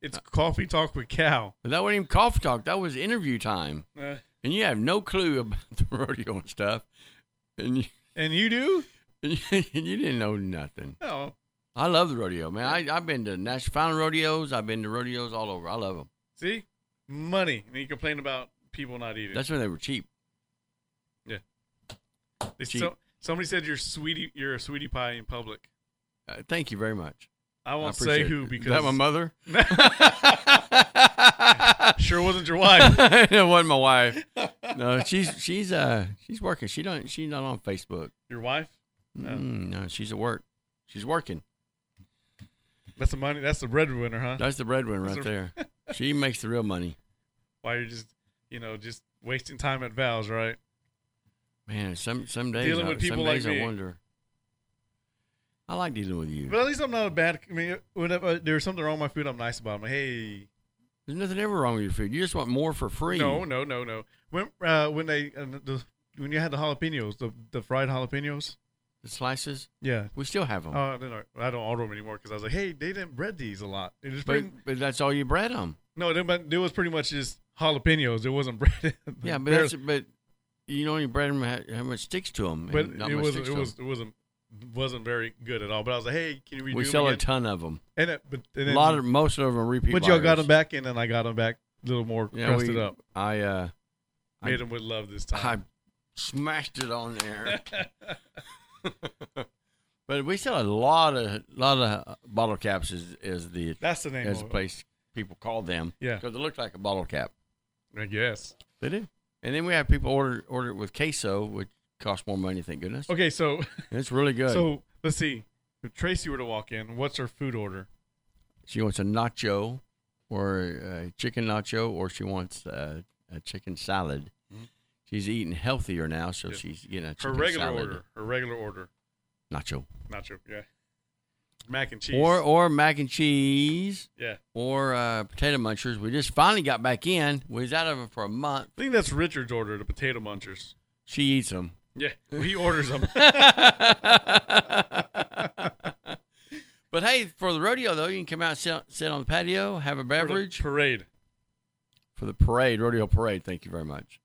it's coffee talk with Cal.
But that wasn't even coffee talk. That was interview time.
Uh.
and you have no clue about the rodeo and stuff. And you,
and you do? Oh,
And you, didn't know nothing.
No.
I love the rodeo, man. I, I've been to national final rodeos. I've been to rodeos all over. I love them.
See, money, and you complain about people not eating.
That's when they were cheap.
Yeah. They-
cheap.
so- somebody said you're sweetie, you're a sweetie pie in public.
Uh, thank you very much.
I won't
appreciate
say who
it.
because
Is that my mother?
sure wasn't your wife.
it wasn't my wife. No, she's she's uh she's working. She don't she's not on Facebook.
Your wife?
Mm, no, she's at work. She's working.
That's the money. That's the breadwinner, huh?
That's the breadwinner
That's
right
the-
there. She makes the real money.
Why you're just, you know, just wasting time at vows, right?
Man, some some days
Dealing
I,
with people
some
like
days
me.
I wonder. I like dealing with you.
But at least I'm not a bad. I mean, whenever there's something wrong with my food, I'm nice about. It. I'm like, hey,
There's nothing ever wrong with your food. You just want more for free.
no, no, no, no. When uh, when they uh, the, when you had the jalapenos, the the fried jalapenos.
The slices.
Yeah.
we still have
Oh,
them.
I don't, know. I don't order them anymore because I was like, hey, they didn't bread these a lot. It was
but,
pretty,
but that's all you bread them.
no, it, but it was pretty much just jalapenos. It wasn't bread.
Yeah, but that's, but you don't even bread them how, how much sticks to them.
but it was it was it wasn't wasn't very good at all. But I was like, hey, can you redo
we
'em
sell a
again?
ton of them.
And it, but and
a
then-
lot of most of them are repeat.
But y'all got
buyers.
them back, and then I got them back a little more
Yeah,
crusted
we-
up.
I uh, I-
Made them with love this
I
time.
smashed it on there. but we sell a lot of lot of uh, bottle caps is, is the
That's the name
as
of
the
it.
place people call them.
Yeah.
because it looked like a bottle cap.
I guess
They do. And then we have people order order it with queso, which costs more money. Thank goodness.
Okay, so
it's really good.
So let's see. If Tracy were to walk in, what's her food order?
she wants a nacho, or a chicken nacho, or she wants a, a chicken salad. She's eating healthier now, so she's getting a
Mm-hmm. Her
chicken
regular
salad.
order. Her regular order.
nacho.
Nacho. Yeah. Mac and cheese.
Or or mac and cheese.
Yeah.
Or uh, potato munchers. We just finally got back in. We was out of them for a month.
I think that's Richard's order, the potato munchers.
She eats them.
Yeah, he orders them.
But hey, for the rodeo though, you can come out, sit, sit on the patio, have a beverage.
parade.
For the parade, rodeo parade. Thank you very much.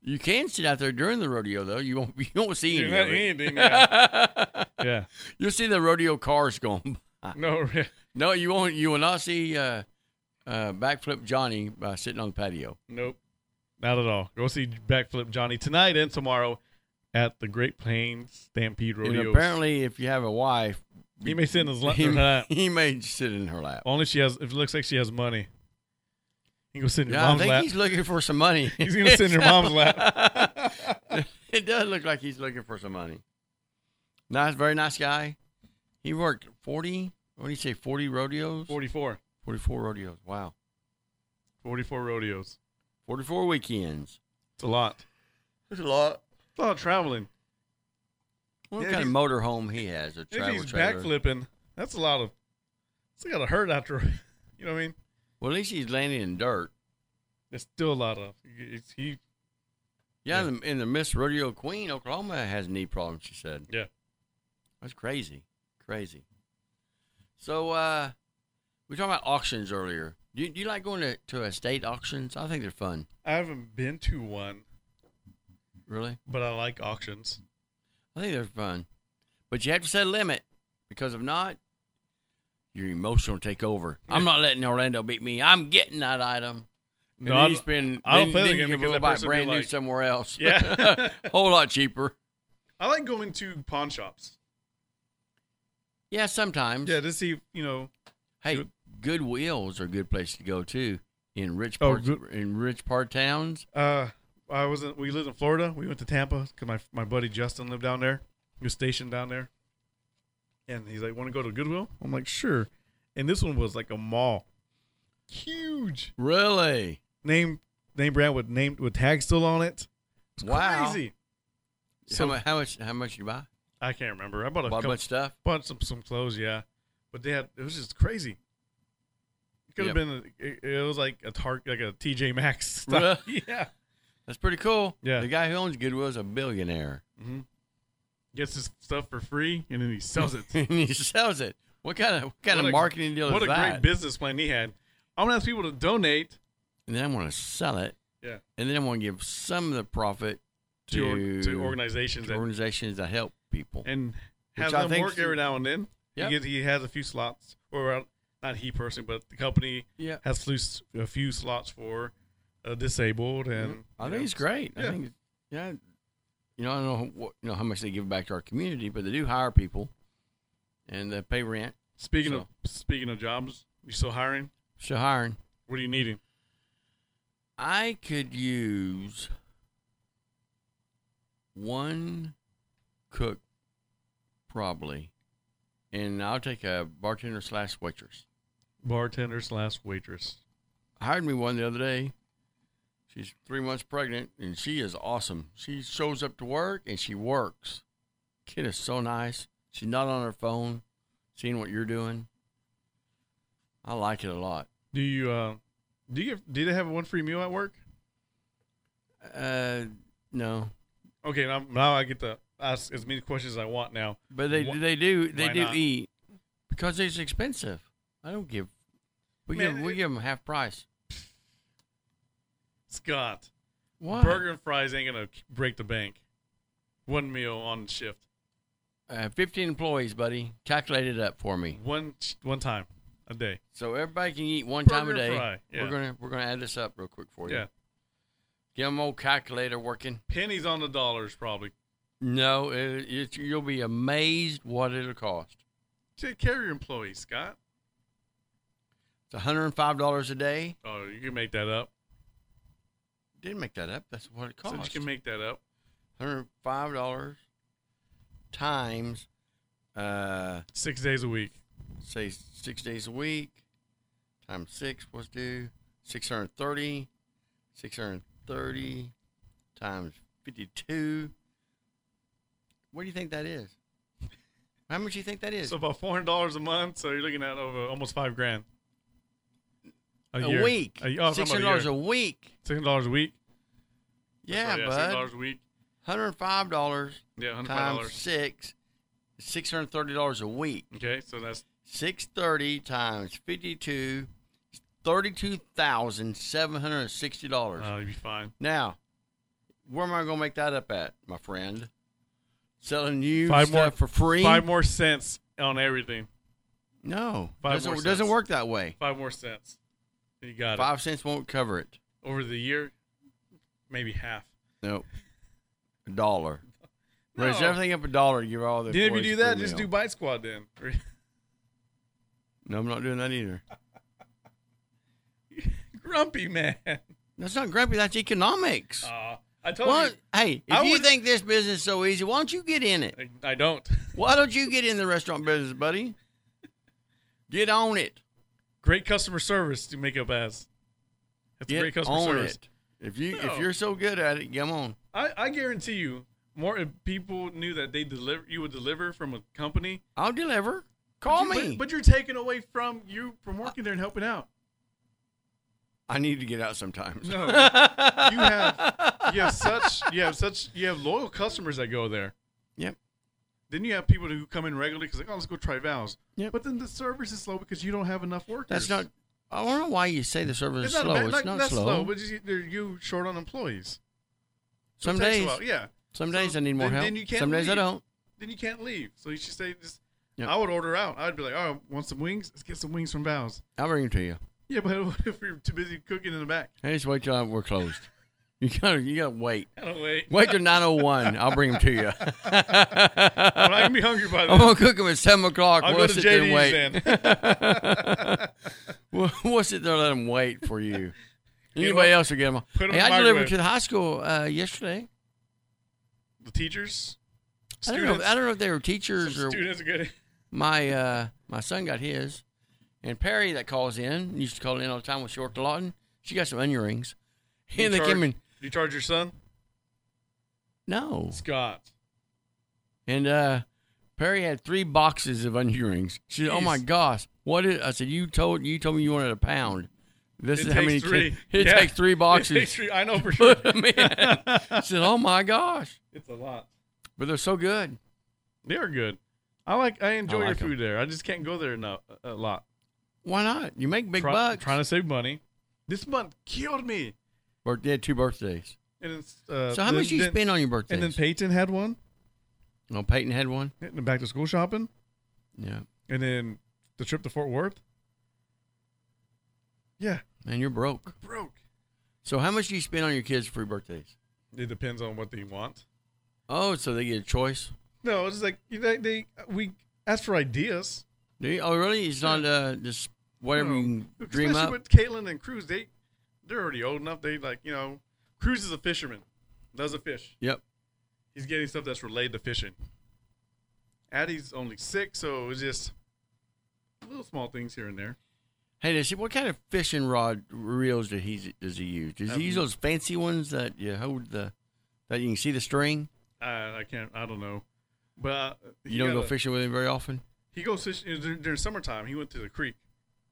You can sit out there during the rodeo though. You won't you won't see any
You're not
of it.
eating, yeah. Yeah.
You'll see the rodeo cars going. By.
No, re-
no, you won't. You will not see uh, uh, backflip Johnny by sitting on the patio.
Nope. Not at all. Go see Backflip Johnny tonight and tomorrow at the Great Plains Stampede
And
Rodeo.
apparently, if you have a wife,
He may sit in his lap-
He,
her lap.
he may sit in her lap.
Only she has. If it looks like she has money, he can go sit in your
Yeah, I
mom's
think
lap.
he's looking for some money.
He's gonna sit in your mom's lap.
it does look like he's looking for some money. Nice, very nice guy. He worked forty. What do you say? Forty rodeos.
Forty-four.
Forty-four rodeos. Wow.
Forty-four rodeos.
Forty-four weekends.
It's a lot.
It's a lot.
A lot of traveling.
What
Yeah,
kind of
he's-
motor home he has? A
If
travel
he's
trailer.
backflipping, that's a lot of. It's got to hurt after. You know what I mean?
Well, at least he's landing in dirt.
There's still a lot of. It's, he.
Yeah, And, the, and the Miss Rodeo Queen, Oklahoma, has knee problems. She said.
Yeah.
That's crazy, crazy. So uh, we were talking about auctions earlier. Do you, do you like going to, to estate auctions? I think they're fun.
I haven't been to one,
Really,
but I like auctions.
I think they're fun. But you have to set a limit because if not, your emotion will take over. I'm not letting Orlando beat me. I'm getting that item. And
No,
then
I'm-
you spend.
I don't
then-
play the
then
game
you can
because
go
that
buy
person be
brand new
like-
somewhere else.
Yeah.
whole lot cheaper.
I like going to pawn shops.
Yeah, sometimes.
Yeah, to see you know.
Hey, Goodwills are a good place to go too in rich
Oh,
parts, in rich part towns.
Uh, I was in, we lived in Florida. We went to Tampa because my my buddy Justin lived down there. He was stationed down there, and he's like, "Want to go to Goodwill?" I'm like, "Sure." And this one was like a mall, huge.
Really?
Name name brand with name with tags still on it. It's
Wow.
crazy.
how, mu- how much? How much did you buy?
I can't remember. I bought a
Bought a
couple-
bunch of stuff?
Bought some some clothes, yeah. But they had it was just crazy. It could have
Yep.
been a, it, it was like a target like a TJ Maxx. Stuff. yeah,
that's pretty cool.
Yeah.
the guy who owns Goodwill is a billionaire.
Mm-hmm. Gets his stuff for free and then he sells it.
and he sells it. What kind of what kind of marketing deal
What
is
a
that?
great business plan he had. I'm gonna ask people to donate.
and then I'm going to sell it.
Yeah.
and then I'm going to give some of the profit
To
to
or- to organizations
to
that-
organizations that help people
and
Which
Have
I
them
think
work
should-
every now and then.
Yep.
He, gets, he has a few slots, or uh, not he personally, but the company
Yeah.
has flu- a few slots for uh, disabled and.
Mm-hmm. I
you
think
know,
it's great. I
yeah.
think, yeah, you know, I don't know, what, you know how much they give back to our community, but they do hire people, and they pay rent.
Speaking of speaking of jobs, you still hiring?
Still hiring.
What are you needing?
I could use one cook, probably, and I'll take a bartender slash waitress.
Bartender slash waitress.
I hired me one the other day. She's three months pregnant, and she is awesome. She shows up to work and she works. Kid is so nice. She's not on her phone, seeing what you're doing. I like it a lot.
Do you uh, do you get, do they have one free meal at work?
Uh, no.
Okay, now, now I get to ask as many questions as I want now.
But they
Wh-
they do they
why
do
not?
eat because it's expensive. I don't give. We
Man,
give we give them half price.
Scott.
What?
Burger and fries ain't gonna break the bank. One meal on shift.
Uh, Fifteen employees, buddy, calculated up for me.
One one time a day.
So everybody can eat one time a
Burger
day.
fry, yeah.
We're gonna we're gonna add this up real quick for you.
Yeah.
Get them old calculator working.
Pennies on the dollars probably.
No, it, it, you'll be amazed what it'll cost.
Take care of your employees, Scott.
It's one hundred and five dollars a day.
Oh, you can make that up.
didn't make that up. That's what it
So you
costs.
can make that up.
Hundred five dollars times uh
six days a week.
Say six days a week times six. What's do six hundred thirty? Six hundred thirty times fifty-two. What do you think that is? How much do you think that is?
So about four hundred dollars a month. So you're looking at over almost five grand.
A
year.
week.
A, oh,
Six hundred dollars a week.
Six hundred dollars a week.
Yeah,
That's right, yeah,
bud.
$6 a week.
Hundred five dollars.
Yeah, $105.
times six. Six hundred thirty dollars a week.
Okay, so that's
six thirty times fifty-two. Thirty-two thousand seven hundred sixty dollars.
Oh, you'd be fine.
Now, where am I going to make that up at, my friend? Selling you
Five
stuff
more
for free?
Five more cents on everything.
No,
Five
doesn't,
more
doesn't
cents.
work that way.
Five more cents. You got
Five cents won't cover it.
it over the year, maybe half.
Nope. A dollar. Raise
No.
everything up a dollar. Give all the.
Then if you
employees
do
free
that, just
meal.
do Bite Squad then.
No, I'm not doing that either.
Grumpy man.
That's not grumpy. That's economics.
Aw, Uh, I told
Why-
you.
Hey, if
I
you
would-
think this business is so easy, why don't you get in it?
I don't.
Why don't you get in the restaurant business, buddy? Get on it.
Great customer service to make up as. That's
Get
great customer
on
service.
it. If you
No.
if you're so good at it, come on.
I, I guarantee you, more if people knew that they deliver, you would deliver from a company.
I'll deliver. Call
but you-
me.
But, but you're taking away from you from working there and helping out.
I need to get out sometimes.
No, you have you have such you have such you have loyal customers that go there.
Yep.
Then you have people who come in regularly because like, oh, let's go try Val's.
Yep.
But then the service is slow because you don't have enough workers.
That's not. I don't know why you say the service
It's
is
not
slow.
bad-
it's
like,
not
that's
slow.
but you, they're- you short on employees. So
some
it takes a
days,
while, yeah.
Some
So
days I need more
then,
help.
Then you can't
some days I
leave.
don't.
Then you can't leave. So you should say just.
Yep.
I would order out. I'd be like, oh, want some wings? Let's get some wings from Val's.
I'll bring them to you.
Yeah, but what if you're too busy cooking in the back?
Hey, just wait till I, we're closed. You gotta, you gotta wait.
I don't wait.
Wait till nine oh one. I'll bring them to you.
I'm not gonna be hungry by
I'm
then.
gonna cook them at seven o'clock.
I'll
we'll
go to E
sit there and
JD's
wait. we'll, we'll sit there and let them wait for you.
You
Anybody
know,
else will get them.
put 'em
hey,
in the
I delivered
microwave.
to the high school uh, yesterday.
The teachers,
I don't, know,
students.
I don't know if they were teachers or
students are good.
my uh, my son got his, and Perry that calls in used to call in all the time with Short Lawton. She got some onion rings,
You
and they
charge-
came in.
You charge your son,
No,
Scott.
And uh, Perry had three boxes of onion rings. She said, "Oh my
Jeez.
gosh, what is?" I said, "You told you told me you wanted a pound. This
It
is how
takes
many.
three.
It
Yeah.
takes three
It
boxes.
takes three. I know for sure.
Put 'em in. I said, "Oh my gosh!"
It's a lot.
But they're so good.
They are good. I like. I enjoy
like
your
'em.
food there. I just can't go there enough a a lot.
Why not? You make big
Try-
bucks.
Trying to save money. This month killed me.
Bir- they had two birthdays.
And it's, uh,
So how much you spend on your birthdays?
And then Peyton had one.
No, Peyton had one.
And then back to school shopping.
Yeah.
And then the trip to Fort Worth. Yeah.
And you're broke.
Broke.
So how much do you spend on your kids for your birthdays?
It depends on what they want.
Oh, so they get a choice.
No, it's like you know, they we ask for ideas.
Do you? Oh, really? It's not uh, just whatever
No.
you can dream
Especially
up.
with Caitlin and Cruz, they they're already old enough. They like you know, Cruz is a fisherman, does a fish.
Yep.
He's getting stuff that's related to fishing. Addie's only six, so it's just little small things here and there.
Hey, does he, what kind of fishing rod reels did he does he use? Does
Um,
he use those fancy ones that you hold the that you can see the string?
I, I can't. I don't know. But uh, he
You don't
got
go
a-
fishing with him very often.
He goes fishing during, during summertime. He went to the creek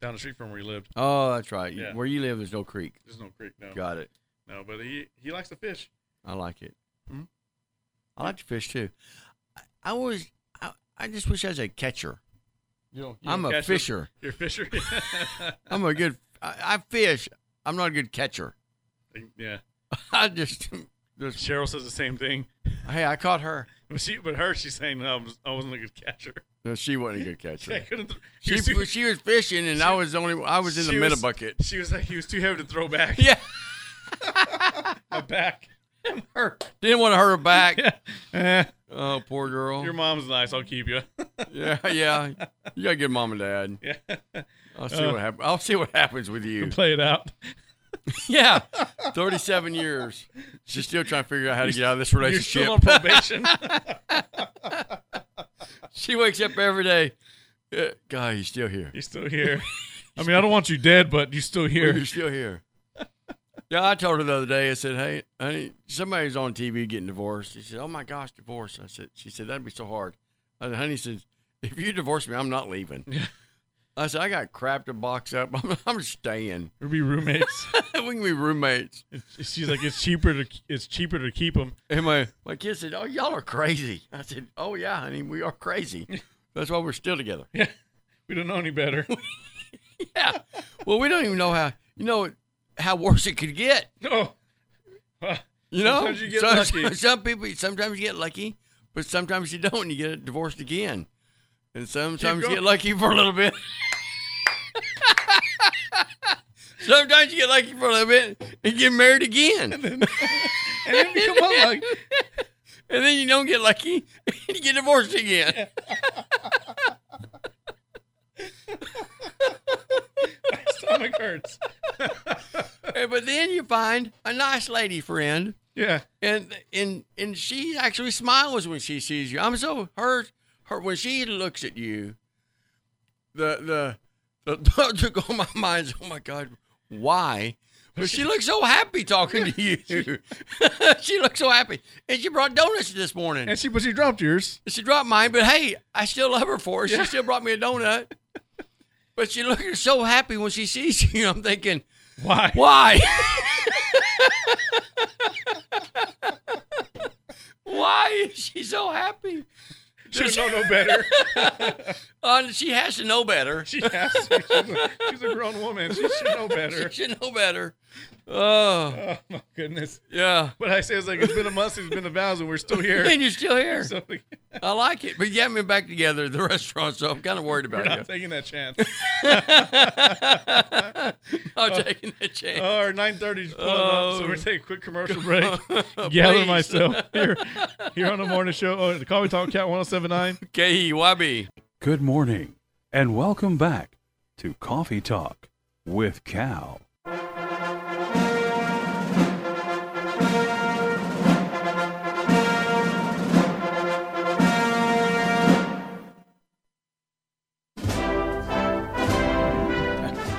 down the street from where he lived.
Oh, that's right.
Yeah.
Where you live, there's no creek.
There's no creek now.
Got it.
No, but he he likes to fish.
I like it.
Mhm.
I like to fish too. I, I always, I, I just wish I was a catcher.
You don't,
I'm
don't
a
catch them.
fisher.
You're a fisher.
I'm a good. I, I fish. I'm not a good catcher.
yeah.
I just. just
Cheryl says the same thing.
hey, I caught her.
But she, but her, she's saying no, I was- I wasn't a good catcher.
No, she wasn't a good
I
catcher.
couldn't. th-
She,
was too-
she was fishing, and I was the only. I was in the
she
middle bucket.
She was like, he was too heavy to throw back.
Yeah.
My back.
her. Didn't want to hurt her back.
Eh,
Oh, poor girl.
Your mom's nice. I'll keep you.
yeah, yeah. You got a good mom and dad.
yeah.
Uh, I'll see what happens. I'll see what happens with you.
Play it out.
yeah, thirty-seven years. She's still trying to figure out how to get out of this
You're
relationship.
still on probation.
she wakes up every day. Uh, God, you're still here. You're
still here. I mean, I don't want you dead, but you're still here.
You're still here. Yeah, I told her the other day. I said, "Hey, honey, somebody's on TV getting divorced." She said, "Oh my gosh, divorce!" I said, "She said that'd be so hard." I said, "Honey," says, "If you divorce me, I'm not leaving." I said, "I got crap to box up. I'm, I'm staying.
We'll be roommates.
we can be roommates."
She's like, it's cheaper to it's cheaper to keep them.
And my my kid said, "Oh, y'all are crazy." I said, "Oh yeah, honey, we are crazy. That's why we're still together."
Yeah, we don't know any better.
yeah. Well, we don't even know how you know how worse it could get.
No.
You know,
Sometimes you get
some,
lucky.
some people sometimes you get lucky, but sometimes you don't, and you get divorced again. And sometimes you
going.
get lucky for a little bit. sometimes you get lucky for a little bit and get married again. And then,
you come on, like-
and then you don't get lucky and you get divorced again.
My stomach hurts.
Hey, but then you find a nice lady friend.
Yeah.
And and and she actually smiles when she sees you. I'm so her her when she looks at you, the the the thought took on my mind is, oh my God, why? But she looks so happy talking to you. she looks so happy. And she brought donuts this morning.
And she but she dropped yours.
She dropped mine, but hey, I still love her for it. She
Yeah.
still brought me a donut. But she looking so happy when she sees you. I'm thinking,
why?
Why? why is she so happy?
She don't know no better.
Uh, she has to know better.
She has to. She's a, she's a grown woman. She should know better.
She should know better. Oh.
Oh, my goodness.
Yeah.
But I say it's like it's been a month since it's been the vows and we're still here.
And you're still here.
So we-
I like it. But you got me back together at the restaurant, so I'm kind of worried
we're
about
not
you.
taking that chance.
I'm
Oh.
taking that chance.
Or 9:30 pulling up, so
Oh.
we're taking a quick commercial break. Oh. Gather
Please.
myself here here on the morning show. Oh, the Coffee Talk Cat 1079.
E KEYB.
Good morning, and welcome back to Coffee Talk with Cal.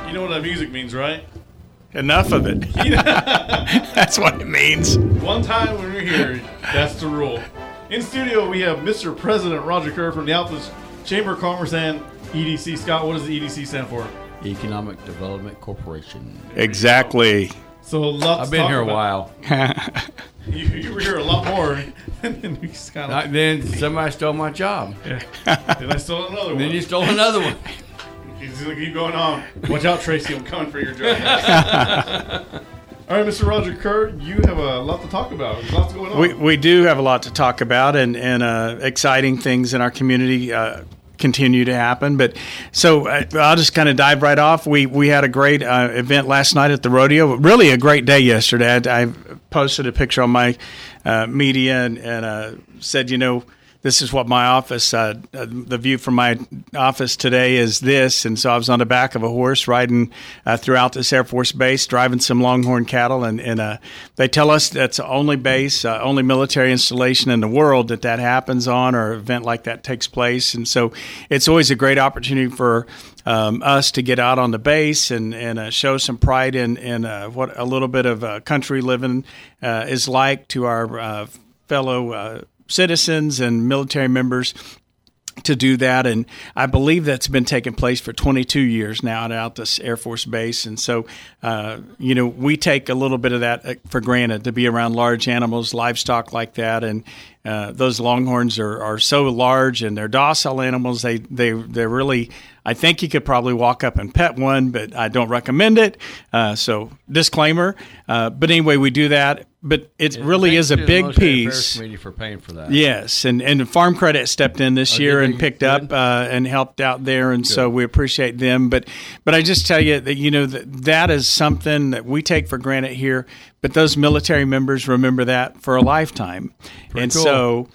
You know what that music means, right?
Enough of it. That's what it means.
One time when we're here, that's the rule. In studio, we have Mr. President Roger Kerr from the Alpha's Chamber of Commerce and EDC. Scott, what does the EDC stand for?
Economic Development Corporation.
Exactly.
So lots
I've
to
been
talk
here a
about.
while.
You, you were here a lot more. and then you just kind
Uh,
of,
then somebody stole my job.
then I stole another one.
Then you stole another one.
He's like, you going on. Watch out, Tracy. I'm coming for your job. All right, Mr. Roger Kerr, you have a lot to talk about. There's lots going on.
We, we do have a lot to talk about, and and uh, exciting things in our community uh, continue to happen. But so uh, I'll just kind of dive right off. We we had a great uh, event last night at the rodeo. Really a great day yesterday. I, I posted a picture on my uh, media and, and uh, said, you know. This is what my office, uh, uh, the view from my office today is this. And so I was on the back of a horse riding uh, throughout this Air Force base, driving some Longhorn cattle. And, and uh, they tell us that's the only base, uh, only military installation in the world that that happens on or an event like that takes place. And so it's always a great opportunity for um, us to get out on the base and, and uh, show some pride in, in uh, what a little bit of uh, country living uh, is like to our uh, fellow uh, citizens and military members to do that. And I believe that's been taking place for 22 years now out at this Air Force Base. And so, uh, you know, we take a little bit of that uh, for granted to be around large animals, livestock like that. And uh, those longhorns are, are so large and they're docile animals. They, they, they're really, I think you could probably walk up and pet one, but I don't recommend it. Uh, so, disclaimer. Uh, but anyway, we do that. But it really is a
Thank you to the
big
Military
piece.
Affairs Committee for paying for that.
Yes, and and Farm Credit stepped in this year and picked up uh, and helped out there, and so we appreciate them. But but I just tell you that you know that that is something that we take for granted here, but those military members remember that for a lifetime, and
cool.
so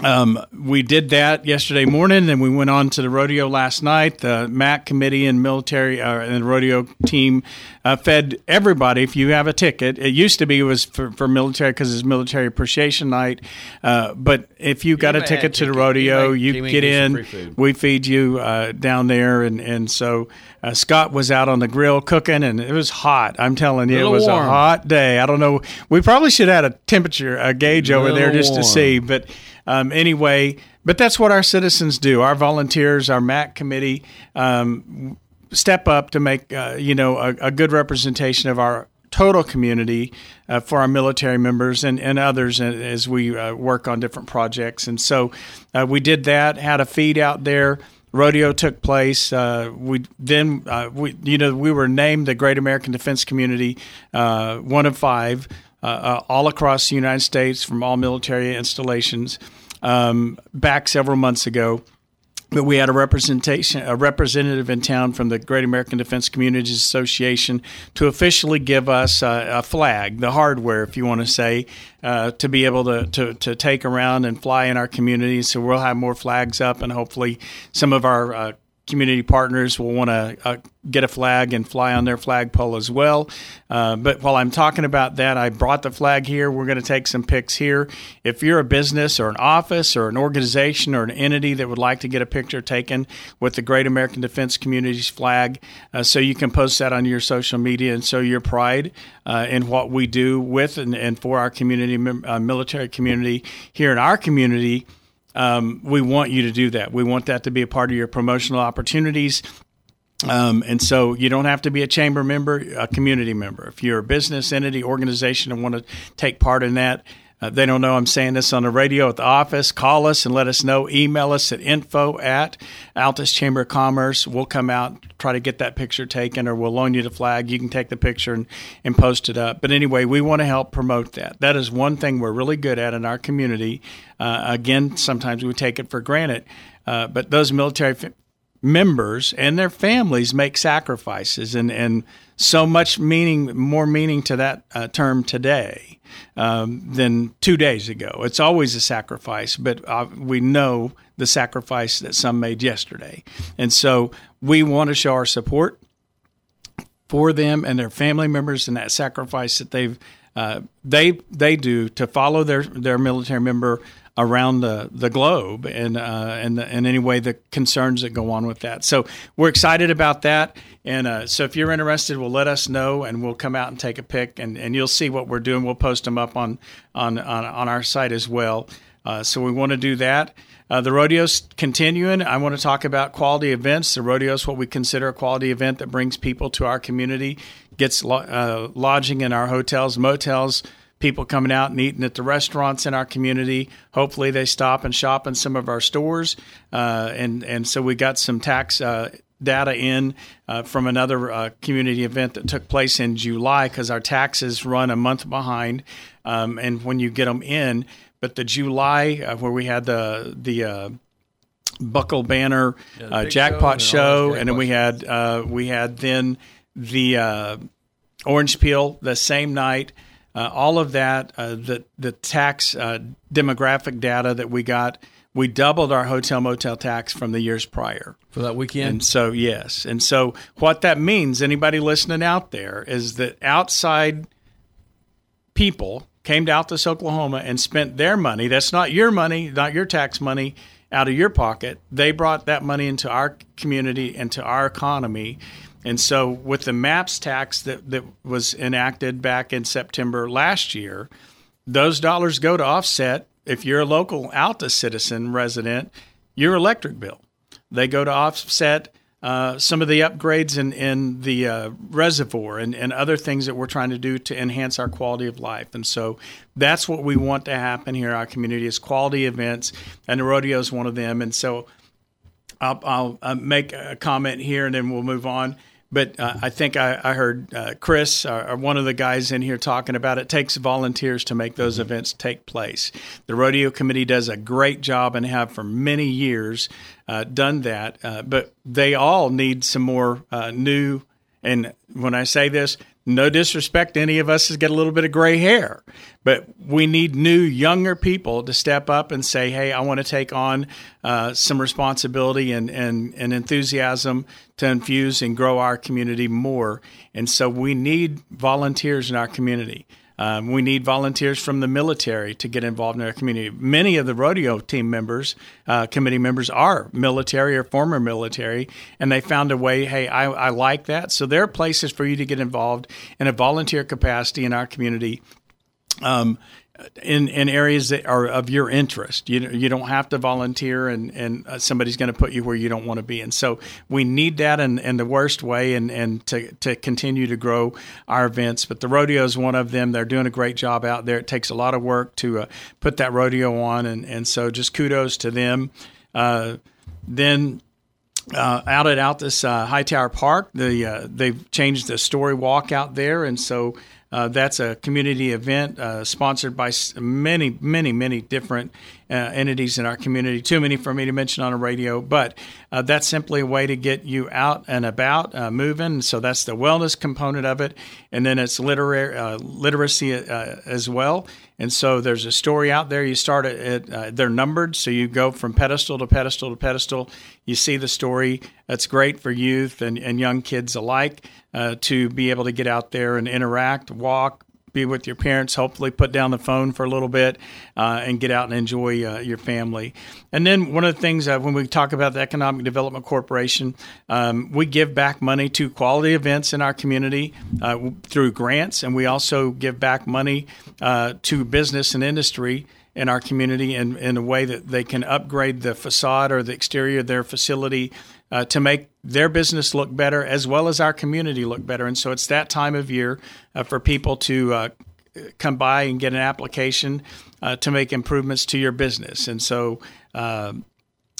um, we did that yesterday morning, and we went on to the rodeo last night. The MAC committee and military uh, and the rodeo team uh, fed everybody. If you have a ticket, it used to be it was for, for military because it's military appreciation night. Uh, but if you got a
Anybody had
ticket to the
ticket,
rodeo,
anybody
you
came in,
get
get some
in.
free food.
We feed you uh, down there, and and so uh, Scott was out on the grill cooking, and it was hot. I'm telling you, it
Little
was
warm.
a hot day. I don't know. We probably should have had a temperature a gauge over there
Little
just to
warm.
see be, But um, anyway, but that's what our citizens do. Our volunteers, our MAC committee, um, step up to make uh, you know a, a good representation of our total community uh, for our military members and, and others and as we uh, work on different projects. And so uh, we did that. Had a feed out there. Rodeo took place. Uh, we then uh, we you know we were named the Great American Defense Community uh, one of five uh, uh, all across the United States from all military installations um, back several months ago. But we had a representation, a representative in town from the Great American Defense Communities Association to officially give us uh, a flag, the hardware, if you want to say, uh, to be able to, to to take around and fly in our community. So we'll have more flags up, and hopefully, some of our uh, community partners will want to uh, get a flag and fly on their flagpole as well. Uh, but while I'm talking about that, I brought the flag here. We're going to take some pics here. If you're a business or an office or an organization or an entity that would like to get a picture taken with the Great American Defense Community's flag, uh, so you can post that on your social media and show your pride uh, in what we do with and, and for our community, mem- uh, military community here in our community um, we want you to do that. We want that to be a part of your promotional opportunities. Um, and so you don't have to be a chamber member, a community member. If you're a business entity, organization, and want to take part in that, uh, they don't know I'm saying this on the radio at the office. Call us and let us know. Email us at info at Altus Chamber of Commerce. We'll come out, try to get that picture taken, or we'll loan you the flag. You can take the picture and, and post it up. But anyway, we want to help promote that. That is one thing we're really good at in our community. Uh, again, sometimes we take it for granted, uh, but those military f- members and their families make sacrifices and, and so much meaning more meaning to that uh, term today um, than two days ago it's always a sacrifice but uh, we know the sacrifice that some made yesterday and so we want to show our support for them and their family members and that sacrifice that they've uh, they they do to follow their their military member around the, the globe and uh, and and anyway the concerns that go on with that. So we're excited about that. And uh, so if you're interested, well, let us know and we'll come out and take a pic and, and you'll see what we're doing. We'll post them up on on on, on our site as well. Uh, so we want to do that. Uh, the rodeo's continuing. I want to talk about quality events. The rodeo is what we consider a quality event that brings people to our community, gets lo- uh, lodging in our hotels, motels, people coming out and eating at the restaurants in our community. Hopefully, they stop and shop in some of our stores. Uh, and and so we got some tax. Uh, Data in uh, from another uh, community event that took place in July because our taxes run a month behind, um, and when you get them in, but the July uh, where we had the the uh, buckle banner
Yeah, the
uh,
big
jackpot
show
show,
and all those
and then we had uh, we had then the uh, orange peel the same night. Uh, all of that, uh, the the tax uh, demographic data that we got, we doubled our hotel motel tax from the years prior
for that weekend.
and so, yes. And so, what that means, anybody listening out there, is that outside people came to Altus, Oklahoma and spent their money. That's not your money, not your tax money out of your pocket. They brought that money into our community, into our economy. And so, with the MAPS tax that, that was enacted back in September last year, those dollars go to offset if you're a local Alta citizen resident your electric bill they go to offset uh, some of the upgrades in, in the uh, reservoir and, and other things that we're trying to do to enhance our quality of life. And so that's what we want to happen here in our community is quality events, and the rodeo is one of them. And so I'll, I'll uh, make a comment here and then we'll move on. But uh, I think I, I heard uh, Chris or, or one of the guys in here talking about it takes volunteers to make those events take place. The rodeo committee does a great job and have for many years uh, done that, uh, but they all need some more uh, new And when I say this, no disrespect to any of us has got a little bit of gray hair, but we need new, younger people to step up and say, "Hey, I want to take on uh, some responsibility and, and and enthusiasm to infuse and grow our community more." And so we need volunteers in our community. Um, we need volunteers from the military to get involved in our community. Many of the rodeo team members, uh, committee members, are military or former military, and they found a way hey, I, I like that. So there are places for you to get involved in a volunteer capacity in our community. Um, in, in areas that are of your interest, you you don't have to volunteer, and and uh, somebody's going to put you where you don't want to be. And so we need that in, in the worst way, and and to to continue to grow our events. But the rodeo is one of them. They're doing a great job out there. It takes a lot of work to uh, put that rodeo on, and and so just kudos to them. Uh, then uh, out at out this uh, Hightower Park. The uh, they've changed the story walk out there, and so uh, that's a community event uh, sponsored by s- many, many, many different uh, entities in our community. Too many for me to mention on a radio, but uh, that's simply a way to get you out and about, uh, moving. So that's the wellness component of it, and then it's literary uh, literacy uh, as well. And so there's a story out there. You start at, at uh, they're numbered, so you go from pedestal to pedestal to pedestal. You see the story. That's great for youth and, and young kids alike uh, to be able to get out there and interact, walk, be with your parents, hopefully put down the phone for a little bit uh, and get out and enjoy uh, your family. And then one of the things uh, when we talk about the Economic Development Corporation, um, we give back money to quality events in our community uh, w- through grants, and we also give back money uh, to business and industry in our community in, in a way that they can upgrade the facade or the exterior of their facility uh, to make their business look better as well as our community look better. And so it's that time of year uh, for people to uh, come by and get an application uh, to make improvements to your business. And so um,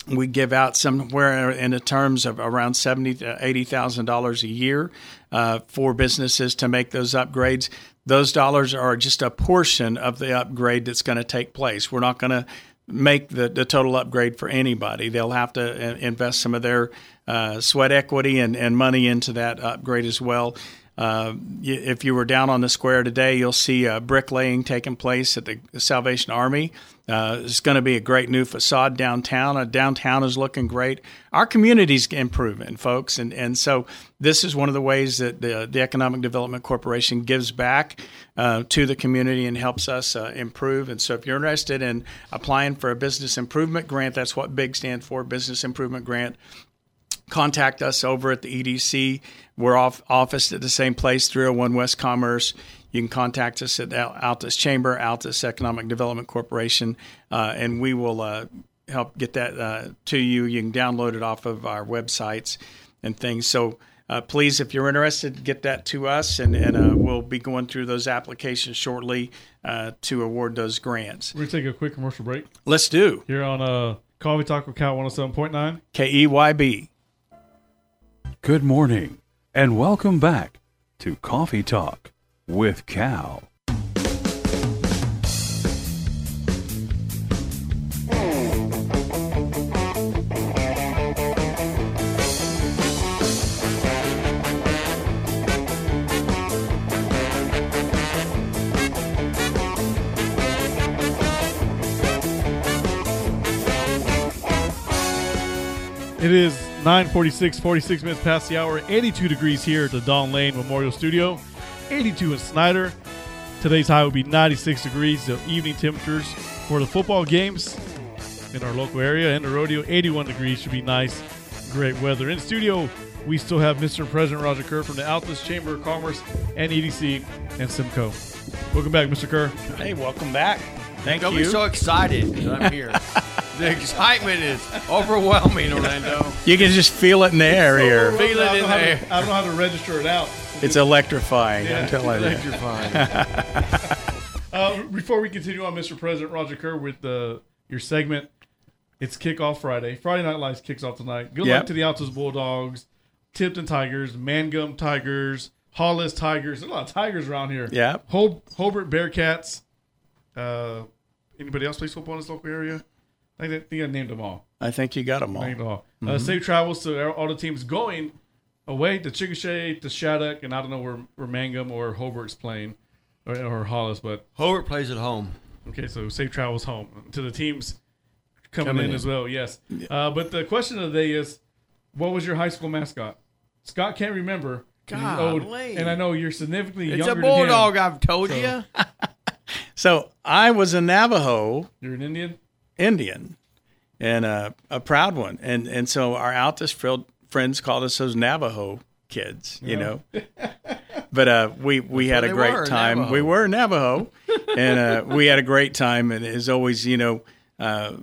we give out somewhere in the terms of around seventy to eighty thousand dollars a year uh, for businesses to make those upgrades. Those dollars are just a portion of the upgrade that's going to take place. We're not going to make the, the total upgrade for anybody. They'll have to uh, invest some of their uh, sweat equity and, and money into that upgrade as well. Uh, y- if you were down on the square today, you'll see uh, bricklaying taking place at the Salvation Army. Uh, it's going to be a great new facade downtown. Uh, downtown is looking great. Our community's improving, folks, and and so this is one of the ways that the, the Economic Development Corporation gives back uh, to the community and helps us uh, improve. And so, if you're interested in applying for a business improvement grant, that's what BIG stands for, Business Improvement Grant contact us over at the EDC. We're off office at the same place, 301 West Commerce. You can contact us at Al- Altus Chamber, Altus Economic Development Corporation, uh, and we will uh, help get that uh, to you. You can download it off of our websites and things. So uh, please, if you're interested, get that to us, and, and uh, we'll be going through those applications shortly uh, to award those grants.
We're going to take a quick commercial break.
Let's do.
Here on uh, Coffee Talk with Cal 107.9.
E KEYB.
Good morning, and welcome back to Coffee Talk with Cal.
It is 946, 46 minutes past the hour, 82 degrees here at the Don Lane Memorial Studio, 82 in Snyder. Today's high will be 96 degrees, the evening temperatures for the football games in our local area and the rodeo, 81 degrees should be nice, great weather. In studio, we still have Mr. President Roger Kerr from the Altus Chamber of Commerce and EDC and Simcoe. Welcome back, Mr. Kerr.
Hey, welcome back. Thank
Don't
you.
be so excited that I'm here. the excitement is overwhelming, Orlando.
You can just feel it in the air here.
Feel it in
I don't know how to-
there.
I don't know how to register it out.
It's electrifying.
Yeah,
I'm telling
it's
you.
Uh, before we continue on, Mr. President Roger Kerr, with uh, your segment, it's kickoff Friday. Friday Night Lights kicks off tonight. Good
Yep.
luck to the Altus Bulldogs, Tipton Tigers, Mangum Tigers, Hollis Tigers. There's a lot of Tigers around here.
Yep.
Hol- Hobart Bearcats. Uh, anybody else plays football in this local area? I think, I think I named them all.
I think you got them all.
Named all. Uh, safe travels to all the teams going. away to Chickasha to Shattuck, and I don't know where, where Mangum or Hobart's playing, or, or Hollis, but
Hobart plays at home.
Okay, so safe travels home to the teams coming,
Coming
in,
in.
as well. Yes, uh, but the question of the day is, what was your high school mascot? Scott can't remember. and he's old,
Golly.
and I know you're significantly
It's a
younger.
bulldog,
Than him.
I've told
So-
you.
So I was a Navajo.
You're an Indian.
Indian, and a, a proud one. And and so our Altus frill- friends called us those Navajo kids.
Yeah.
You know. But uh, we we
That's
had
what
a
they
great
were,
time.
Navajo.
We were Navajo, and uh, we had a great time. And as always, you know, uh,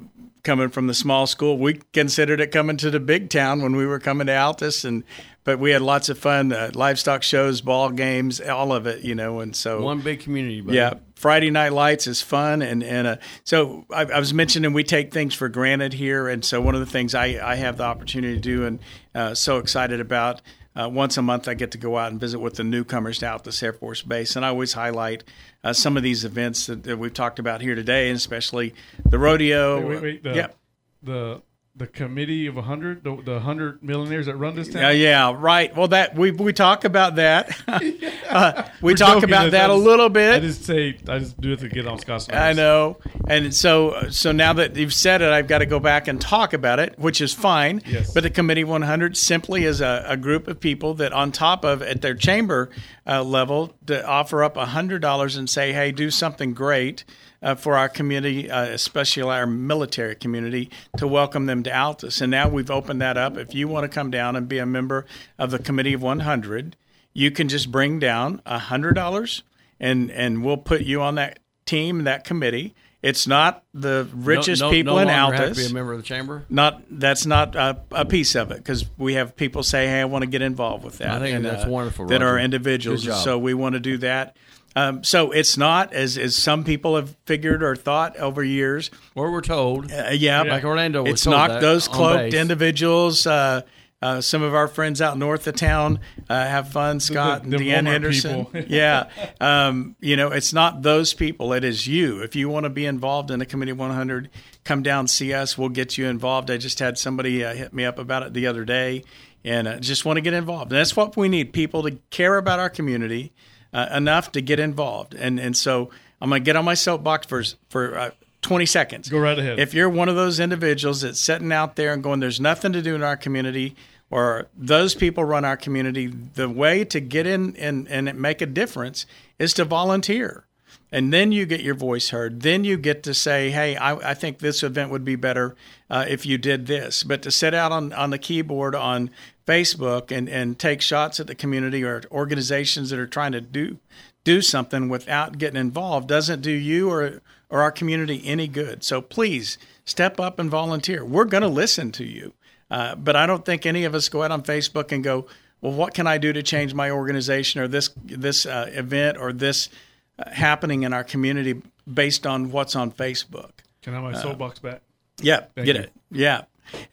coming from the small school, we considered it coming to the big town when we were coming to Altus, and but we had lots of fun. Uh, livestock shows, ball games, all of it, you know. And so
One big community, buddy.
yeah, Friday Night Lights is fun, and and uh, so I, I was mentioning we take things for granted here, and so one of the things I I have the opportunity to do, and uh, so excited about. Uh, once a month, I get to go out and visit with the newcomers to Altus Air Force Base, and I always highlight uh, some of these events that, that we've talked about here today, and especially the rodeo.
Wait, wait, wait, the,
Yep.
the the committee of hundred, the, the hundred millionaires that run this town.
Yeah, Uh, yeah, right. Well, that we we talk about that. Uh, we
We're
talk
joking,
about that a
was-
little bit.
I just say I just do it to get on Scott's.
I
nerves.
know. And so so now that you've said it, I've got to go back and talk about it, which is fine.
Yes.
But the Committee 100 simply is a, a group of people that, on top of at their chamber uh, level, to offer up $100 and say, hey, do something great. Uh, for our community, uh, especially our military community, to welcome them to Altus. And now we've opened that up. If you want to come down and be a member of the Committee of 100, you can just bring down $100 and, and we'll put you on that team, that committee. It's not the richest
no,
people
no
in
longer
Altus.
have to be a member of the chamber?
Not that's not a, a piece of it because we have people say, "Hey, I want to get involved with that." uh,
I think that's wonderful,
That are
Roger.
individuals,
Good job.
so we want to do that. Um, so it's not as as some people have figured or thought over years.
Or we're told,
uh, yeah,
like Orlando was
it's
told
not
that
those
on
cloaked
base.
individuals. Uh, uh, some of our friends out north of town uh, have fun. Scott
the
and Deanne
Walmart
Henderson.
people.
yeah, um, you know, it's not those people. It is you. If you want to be involved in the Committee 100, come down, see us. We'll get you involved. I just had somebody uh, hit me up about it the other day, and uh, just want to get involved. And that's what we need: people to care about our community uh, enough to get involved. And and so I'm going to get on my soapbox for for. Uh, 20 seconds. Go
right ahead.
If you're one of those individuals that's sitting out there and going, there's nothing to do in our community, or those people run our community, the way to get in and, and make a difference is to volunteer. And then you get your voice heard. Then you get to say, hey, I, I think this event would be better uh, if you did this. But to sit out on, on the keyboard on Facebook and, and take shots at the community or at organizations that are trying to do do something without getting involved doesn't do you or or our community any good. So please step up and volunteer. We're going to listen to you, uh, but I don't think any of us go out on Facebook and go, "Well, what can I do to change my organization or this this uh, event or this uh, happening in our community based on what's on Facebook?"
Can I have my
Uh,
soapbox back?
Yeah,
Thank
get
you.
it. Yeah,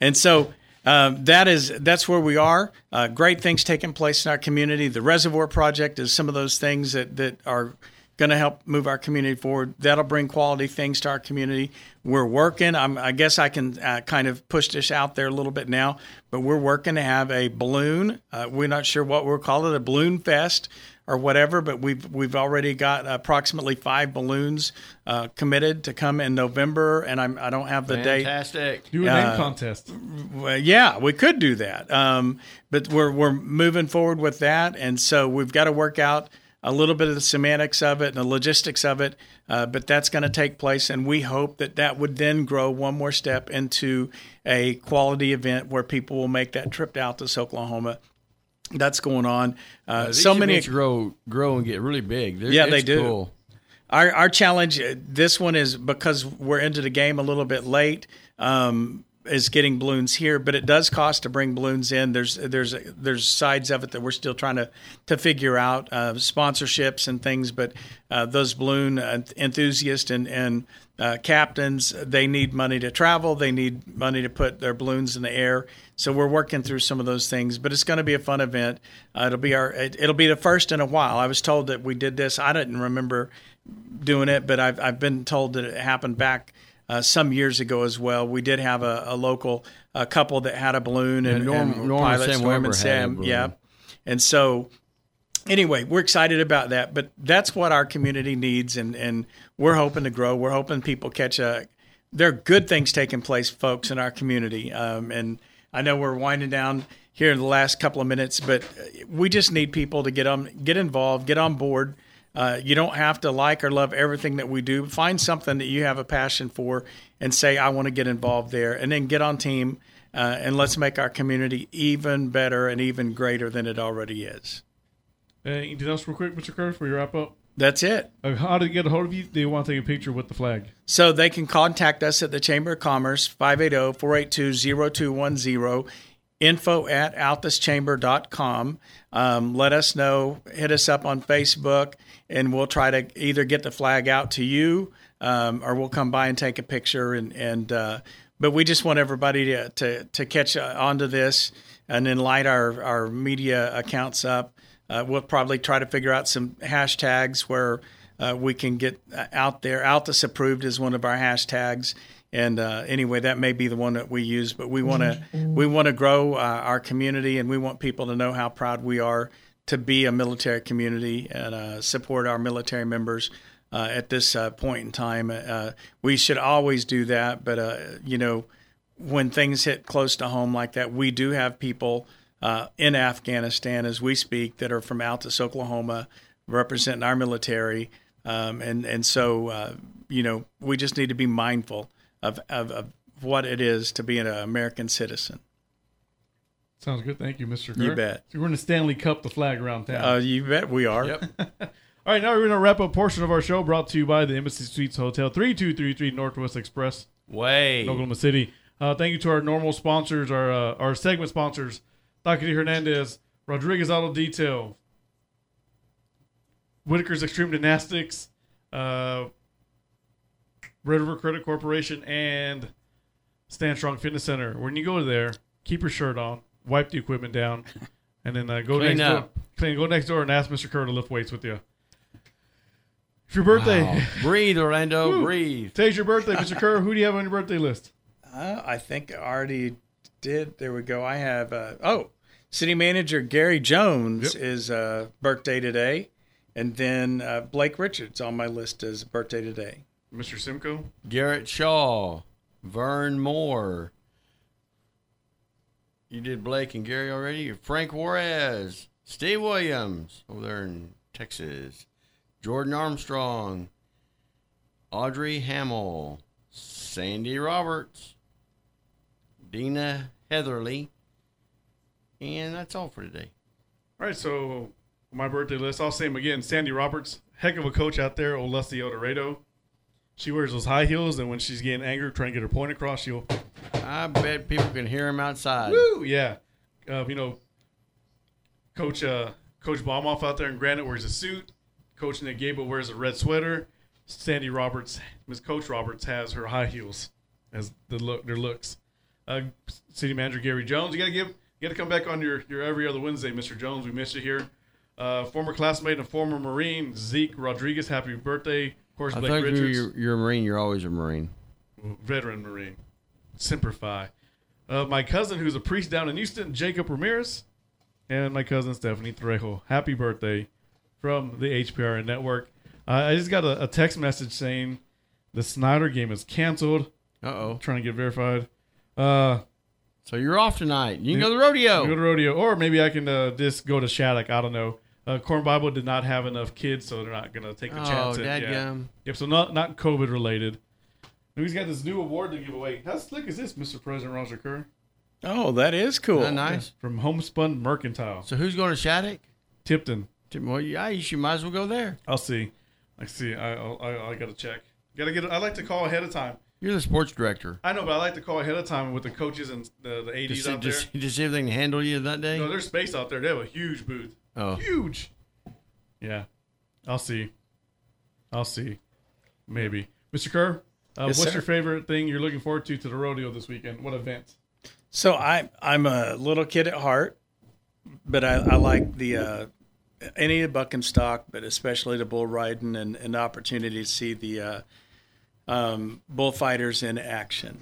and so um, that is that's where we are. Uh, great things taking place in our community. The Reservoir Project is some of those things that that are going to help move our community forward. That'll bring quality things to our community. We're working. I'm, I guess I can uh, kind of push this out there a little bit now, but we're working to have a balloon. Uh, we're not sure what we'll call it, a balloon fest or whatever, but we've we've already got approximately five balloons uh, committed to come in November, and I'm I don't have the date.
Fantastic.
Do a
Uh,
name contest.
Well, yeah, we could do that, um, but we're we're moving forward with that, and so we've got to work out a little bit of the semantics of it and the logistics of it. Uh, but that's going to take place, and we hope that that would then grow one more step into a quality event where people will make that trip out to Altus, Oklahoma. That's going on. Uh,
Uh, these
so many
events grow, grow and get really big. They're-
yeah, they
it's
do.
cool.
Our our challenge uh, this one is because we're into the game a little bit late. Um, is getting balloons here, but it does cost to bring balloons in. There's there's there's sides of it that we're still trying to to figure out uh, sponsorships and things. But uh, those balloon uh, enthusiasts and and uh, captains they need money to travel. They need money to put their balloons in the air. So we're working through some of those things, but it's going to be a fun event. Uh, it'll be our it, it'll be the first in a while. I was told that we did this. I didn't remember doing it, but I've I've been told that it happened back uh, some years ago as well. We did have a, a local a couple that had a balloon and,
Yeah, Norm-
and
Norm and
pilots,
Sam
Norm
Weber
and
had a
Sam,
balloon.
yeah. And so anyway, we're excited about that. But that's what our community needs, and and we're hoping to grow. We're hoping people catch a. There are good things taking place, folks, in our community, um, and I know we're winding down here in the last couple of minutes, but uh, we just need people to get on, get involved, get on board. Uh, you don't have to like or love everything that we do. Find something that you have a passion for, and say, "I want to get involved there," and then get on team. Uh, and let's make our community even better and even greater than it already is.
Uh, anything else, real quick, Mr. Kerr, before you wrap up?
That's it.
Uh, how to get a hold of you? They want to take a picture with the flag.
So they can contact us at the Chamber of Commerce, oh, 580 482 0210, info at altischamber.com. Um, let us know, hit us up on Facebook, and we'll try to either get the flag out to you um, or we'll come by and take a picture. And, and uh, But we just want everybody to, to, to catch uh, onto this and then light our, our media accounts up. Uh, we'll probably try to figure out some hashtags where uh, we can get uh, out there. Altus approved is one of our hashtags, and uh, anyway, that may be the one that we use. But we want to we want to grow uh, our community, and we want people to know how proud we are to be a military community and uh, support our military members. Uh, at this uh, point in time, uh, we should always do that. But uh, you know, when things hit close to home like that, we do have people uh, in Afghanistan as we speak that are from Altus, Oklahoma, representing our military. Um, and, and so, uh, you know, we just need to be mindful of, of, of what it is to be an American citizen.
Sounds good. Thank you, Mr. Kerr.
You bet.
So we're in the Stanley Cup, the flag around town.
Uh, you bet we are.
All right, now we're going to wrap up portion of our show brought to you by the Embassy Suites Hotel, 3233 Northwest Express.
Way.
in Oklahoma City. Uh, thank you to our normal sponsors, our uh, our segment sponsors, Takati Hernandez, Rodriguez Auto Detail, Whitaker's Extreme Gymnastics, uh, Red River Credit Corporation, and Stand Strong Fitness Center. When you go there, keep your shirt on, wipe the equipment down, and then uh, go
Clean
next
up.
door. Clean, go next door and ask Mr. Kerr to lift weights with you. It's your birthday.
Wow. Breathe, Orlando.
Woo.
Breathe.
Today's your birthday, Mr. Kerr. Who do you have on your birthday list?
Uh, I think I already did. There we go. I have, uh, oh, City Manager Gary Jones is uh, birthday today. And then uh, Blake Richards on my list is birthday today.
Mr. Simcoe?
Garrett Shaw, Vern Moore. You did Blake and Gary already. Frank Juarez, Steve Williams over there in Texas, Jordan Armstrong, Audrey Hamill, Sandy Roberts, Dina Heatherly, and that's all for today.
All right, so my birthday list, I'll say them again. Sandy Roberts, heck of a coach out there, Olesi Dorado. She wears those high heels, and when she's getting angry, trying to get her point across, she'll,
I bet people can hear him outside.
woo, yeah. Uh, you know, Coach uh, Coach Baumoff out there in Granite wears a suit. Coach Nick Gable wears a red sweater. Sandy Roberts, Miss Coach Roberts, has her high heels as the look their looks. Uh, City Manager Gary Jones, you gotta give, you gotta come back on your your every other Wednesday, Mr. Jones. We miss you here. Uh, former classmate and former Marine Zeke Rodriguez, happy birthday. Of course,
I
Blake
think you're,
Richards,
you're, you're a Marine. You're always a Marine.
veteran Marine. Semper Fi. Uh, my cousin, who's a priest down in Houston, Jacob Ramirez, and my cousin Stephanie Trejo. Happy birthday from the HPRN network. Uh, I just got a, a text message saying the Snyder game is canceled.
Uh oh.
Trying to get verified. Uh,
so you're off tonight. You can go to the rodeo.
Go to rodeo, or maybe I can uh, just go to Shattuck. I don't know. Uh, Corn Bible did not have enough kids, so they're not gonna take the
Oh,
chance. at-
dadgum.
Yep. So not not COVID related. And He's got this new award to give away. How slick is this, Mr. President Roger Kerr?
Oh, that is cool.
Isn't that nice?
From Homespun Mercantile.
So who's going to Shattuck?
Tipton.
Tim, well, yeah, you should might as well go there.
I'll see. I see. I I'll- I, I gotta check. Gotta get. I like to call ahead of time.
You're the sports director.
I know, but I like to call ahead of time with the coaches and the, the
Just
ADs
see,
out there.
just, just see if they can handle you that day.
No, there's space out there. They have a huge booth.
Oh.
Huge. Yeah. I'll see. I'll see. Maybe. Mr. Kerr, uh,
Yes,
what's
sir.
your favorite thing you're looking forward to to the rodeo this weekend? What event?
So I I'm a little kid at heart, but I, I like the uh, any of the bucking stock, but especially the bull riding and an opportunity to see the uh, um, bullfighters in action.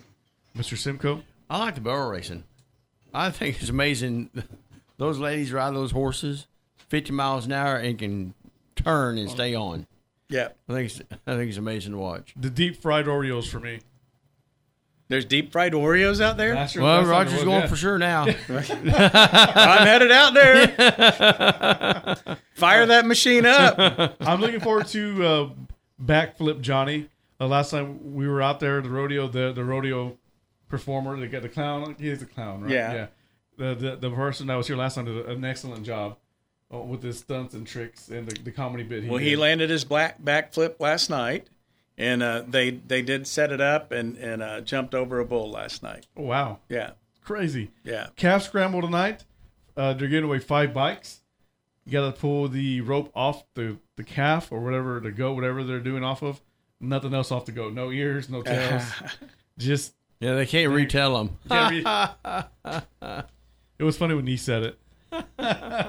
Mr. Simcoe?
I like the barrel racing. I think it's amazing
Those ladies ride those horses 50 miles an hour and can turn and stay on.
Yeah.
I think it's, I think it's amazing to watch.
The deep fried Oreos for me.
There's deep fried Oreos out there.
That's-
Well,
that's not
Roger's
the
going
one, yeah.
for sure now.
I'm headed out there. Fire that machine up.
I'm looking forward to uh, backflip Johnny. Uh, last time we were out there, the rodeo, the, the rodeo performer, the guy- the clown. He's a clown, right?
Yeah.
The, the the person that was here last time did an excellent job uh, with his stunts and tricks and the, the comedy bit.
Well,
did.
he landed his black backflip last night, and uh, they they did set it up and and uh, jumped over a bull last night.
Oh, wow.
Yeah.
Crazy.
Yeah.
Calf scramble tonight. Uh, they're giving away five bikes. You got to pull the rope off the, the calf or whatever the goat, whatever they're doing off of. Nothing else off the goat. No ears, no tails. Just.
Yeah, they can't retell them.
it was funny when he said it. I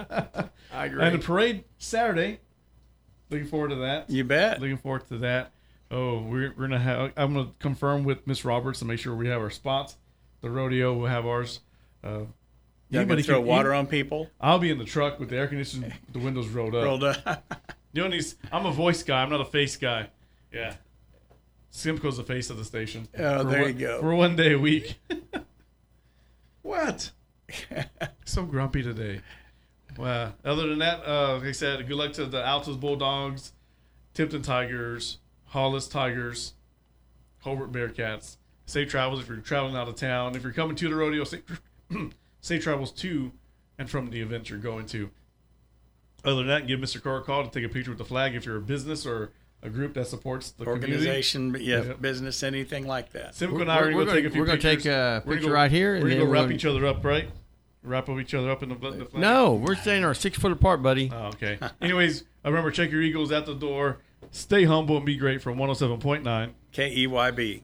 agree.
And the parade Saturday. Looking forward to that.
You bet.
Looking forward to that. Oh, we're, we're gonna have. I'm gonna confirm with Miss Roberts to make sure we have our spots. The rodeo will have ours. Uh,
Y'all gonna
anybody
throw
can-
water on people?
I'll be in the truck with the air conditioning, the windows rolled up.
Rolled up.
you know, these- I'm a voice guy. I'm not a face guy. Yeah. Simcoe's the face of the station.
Oh,
For
there
one-
you go.
For one day a week.
What?
so grumpy today. Wow. Other than that, uh, like I said, good luck to the Altos Bulldogs, Tipton Tigers, Hollis Tigers, Holbert Bearcats. Safe travels if you're traveling out of town. If you're coming to the rodeo, safe, safe travels to and from the event you're going to. Other than that, give Mr. Carr a call to take a picture with the flag if you're a business or a group that supports the community.
Organization, but yeah, business, anything like that.
Simcoe and I are going to take a few
we're gonna take
pictures.
a
We're gonna
picture
go-
right here, and
We're going to
then
go
we're
wrap
gonna-
each other up, right? Wrap up each other up in the, the flag.
No, we're staying our six foot apart, buddy.
Oh, okay. Anyways, uh, oh remember check your eagles at the door. Stay humble and be great from 107.9.
K E Y B.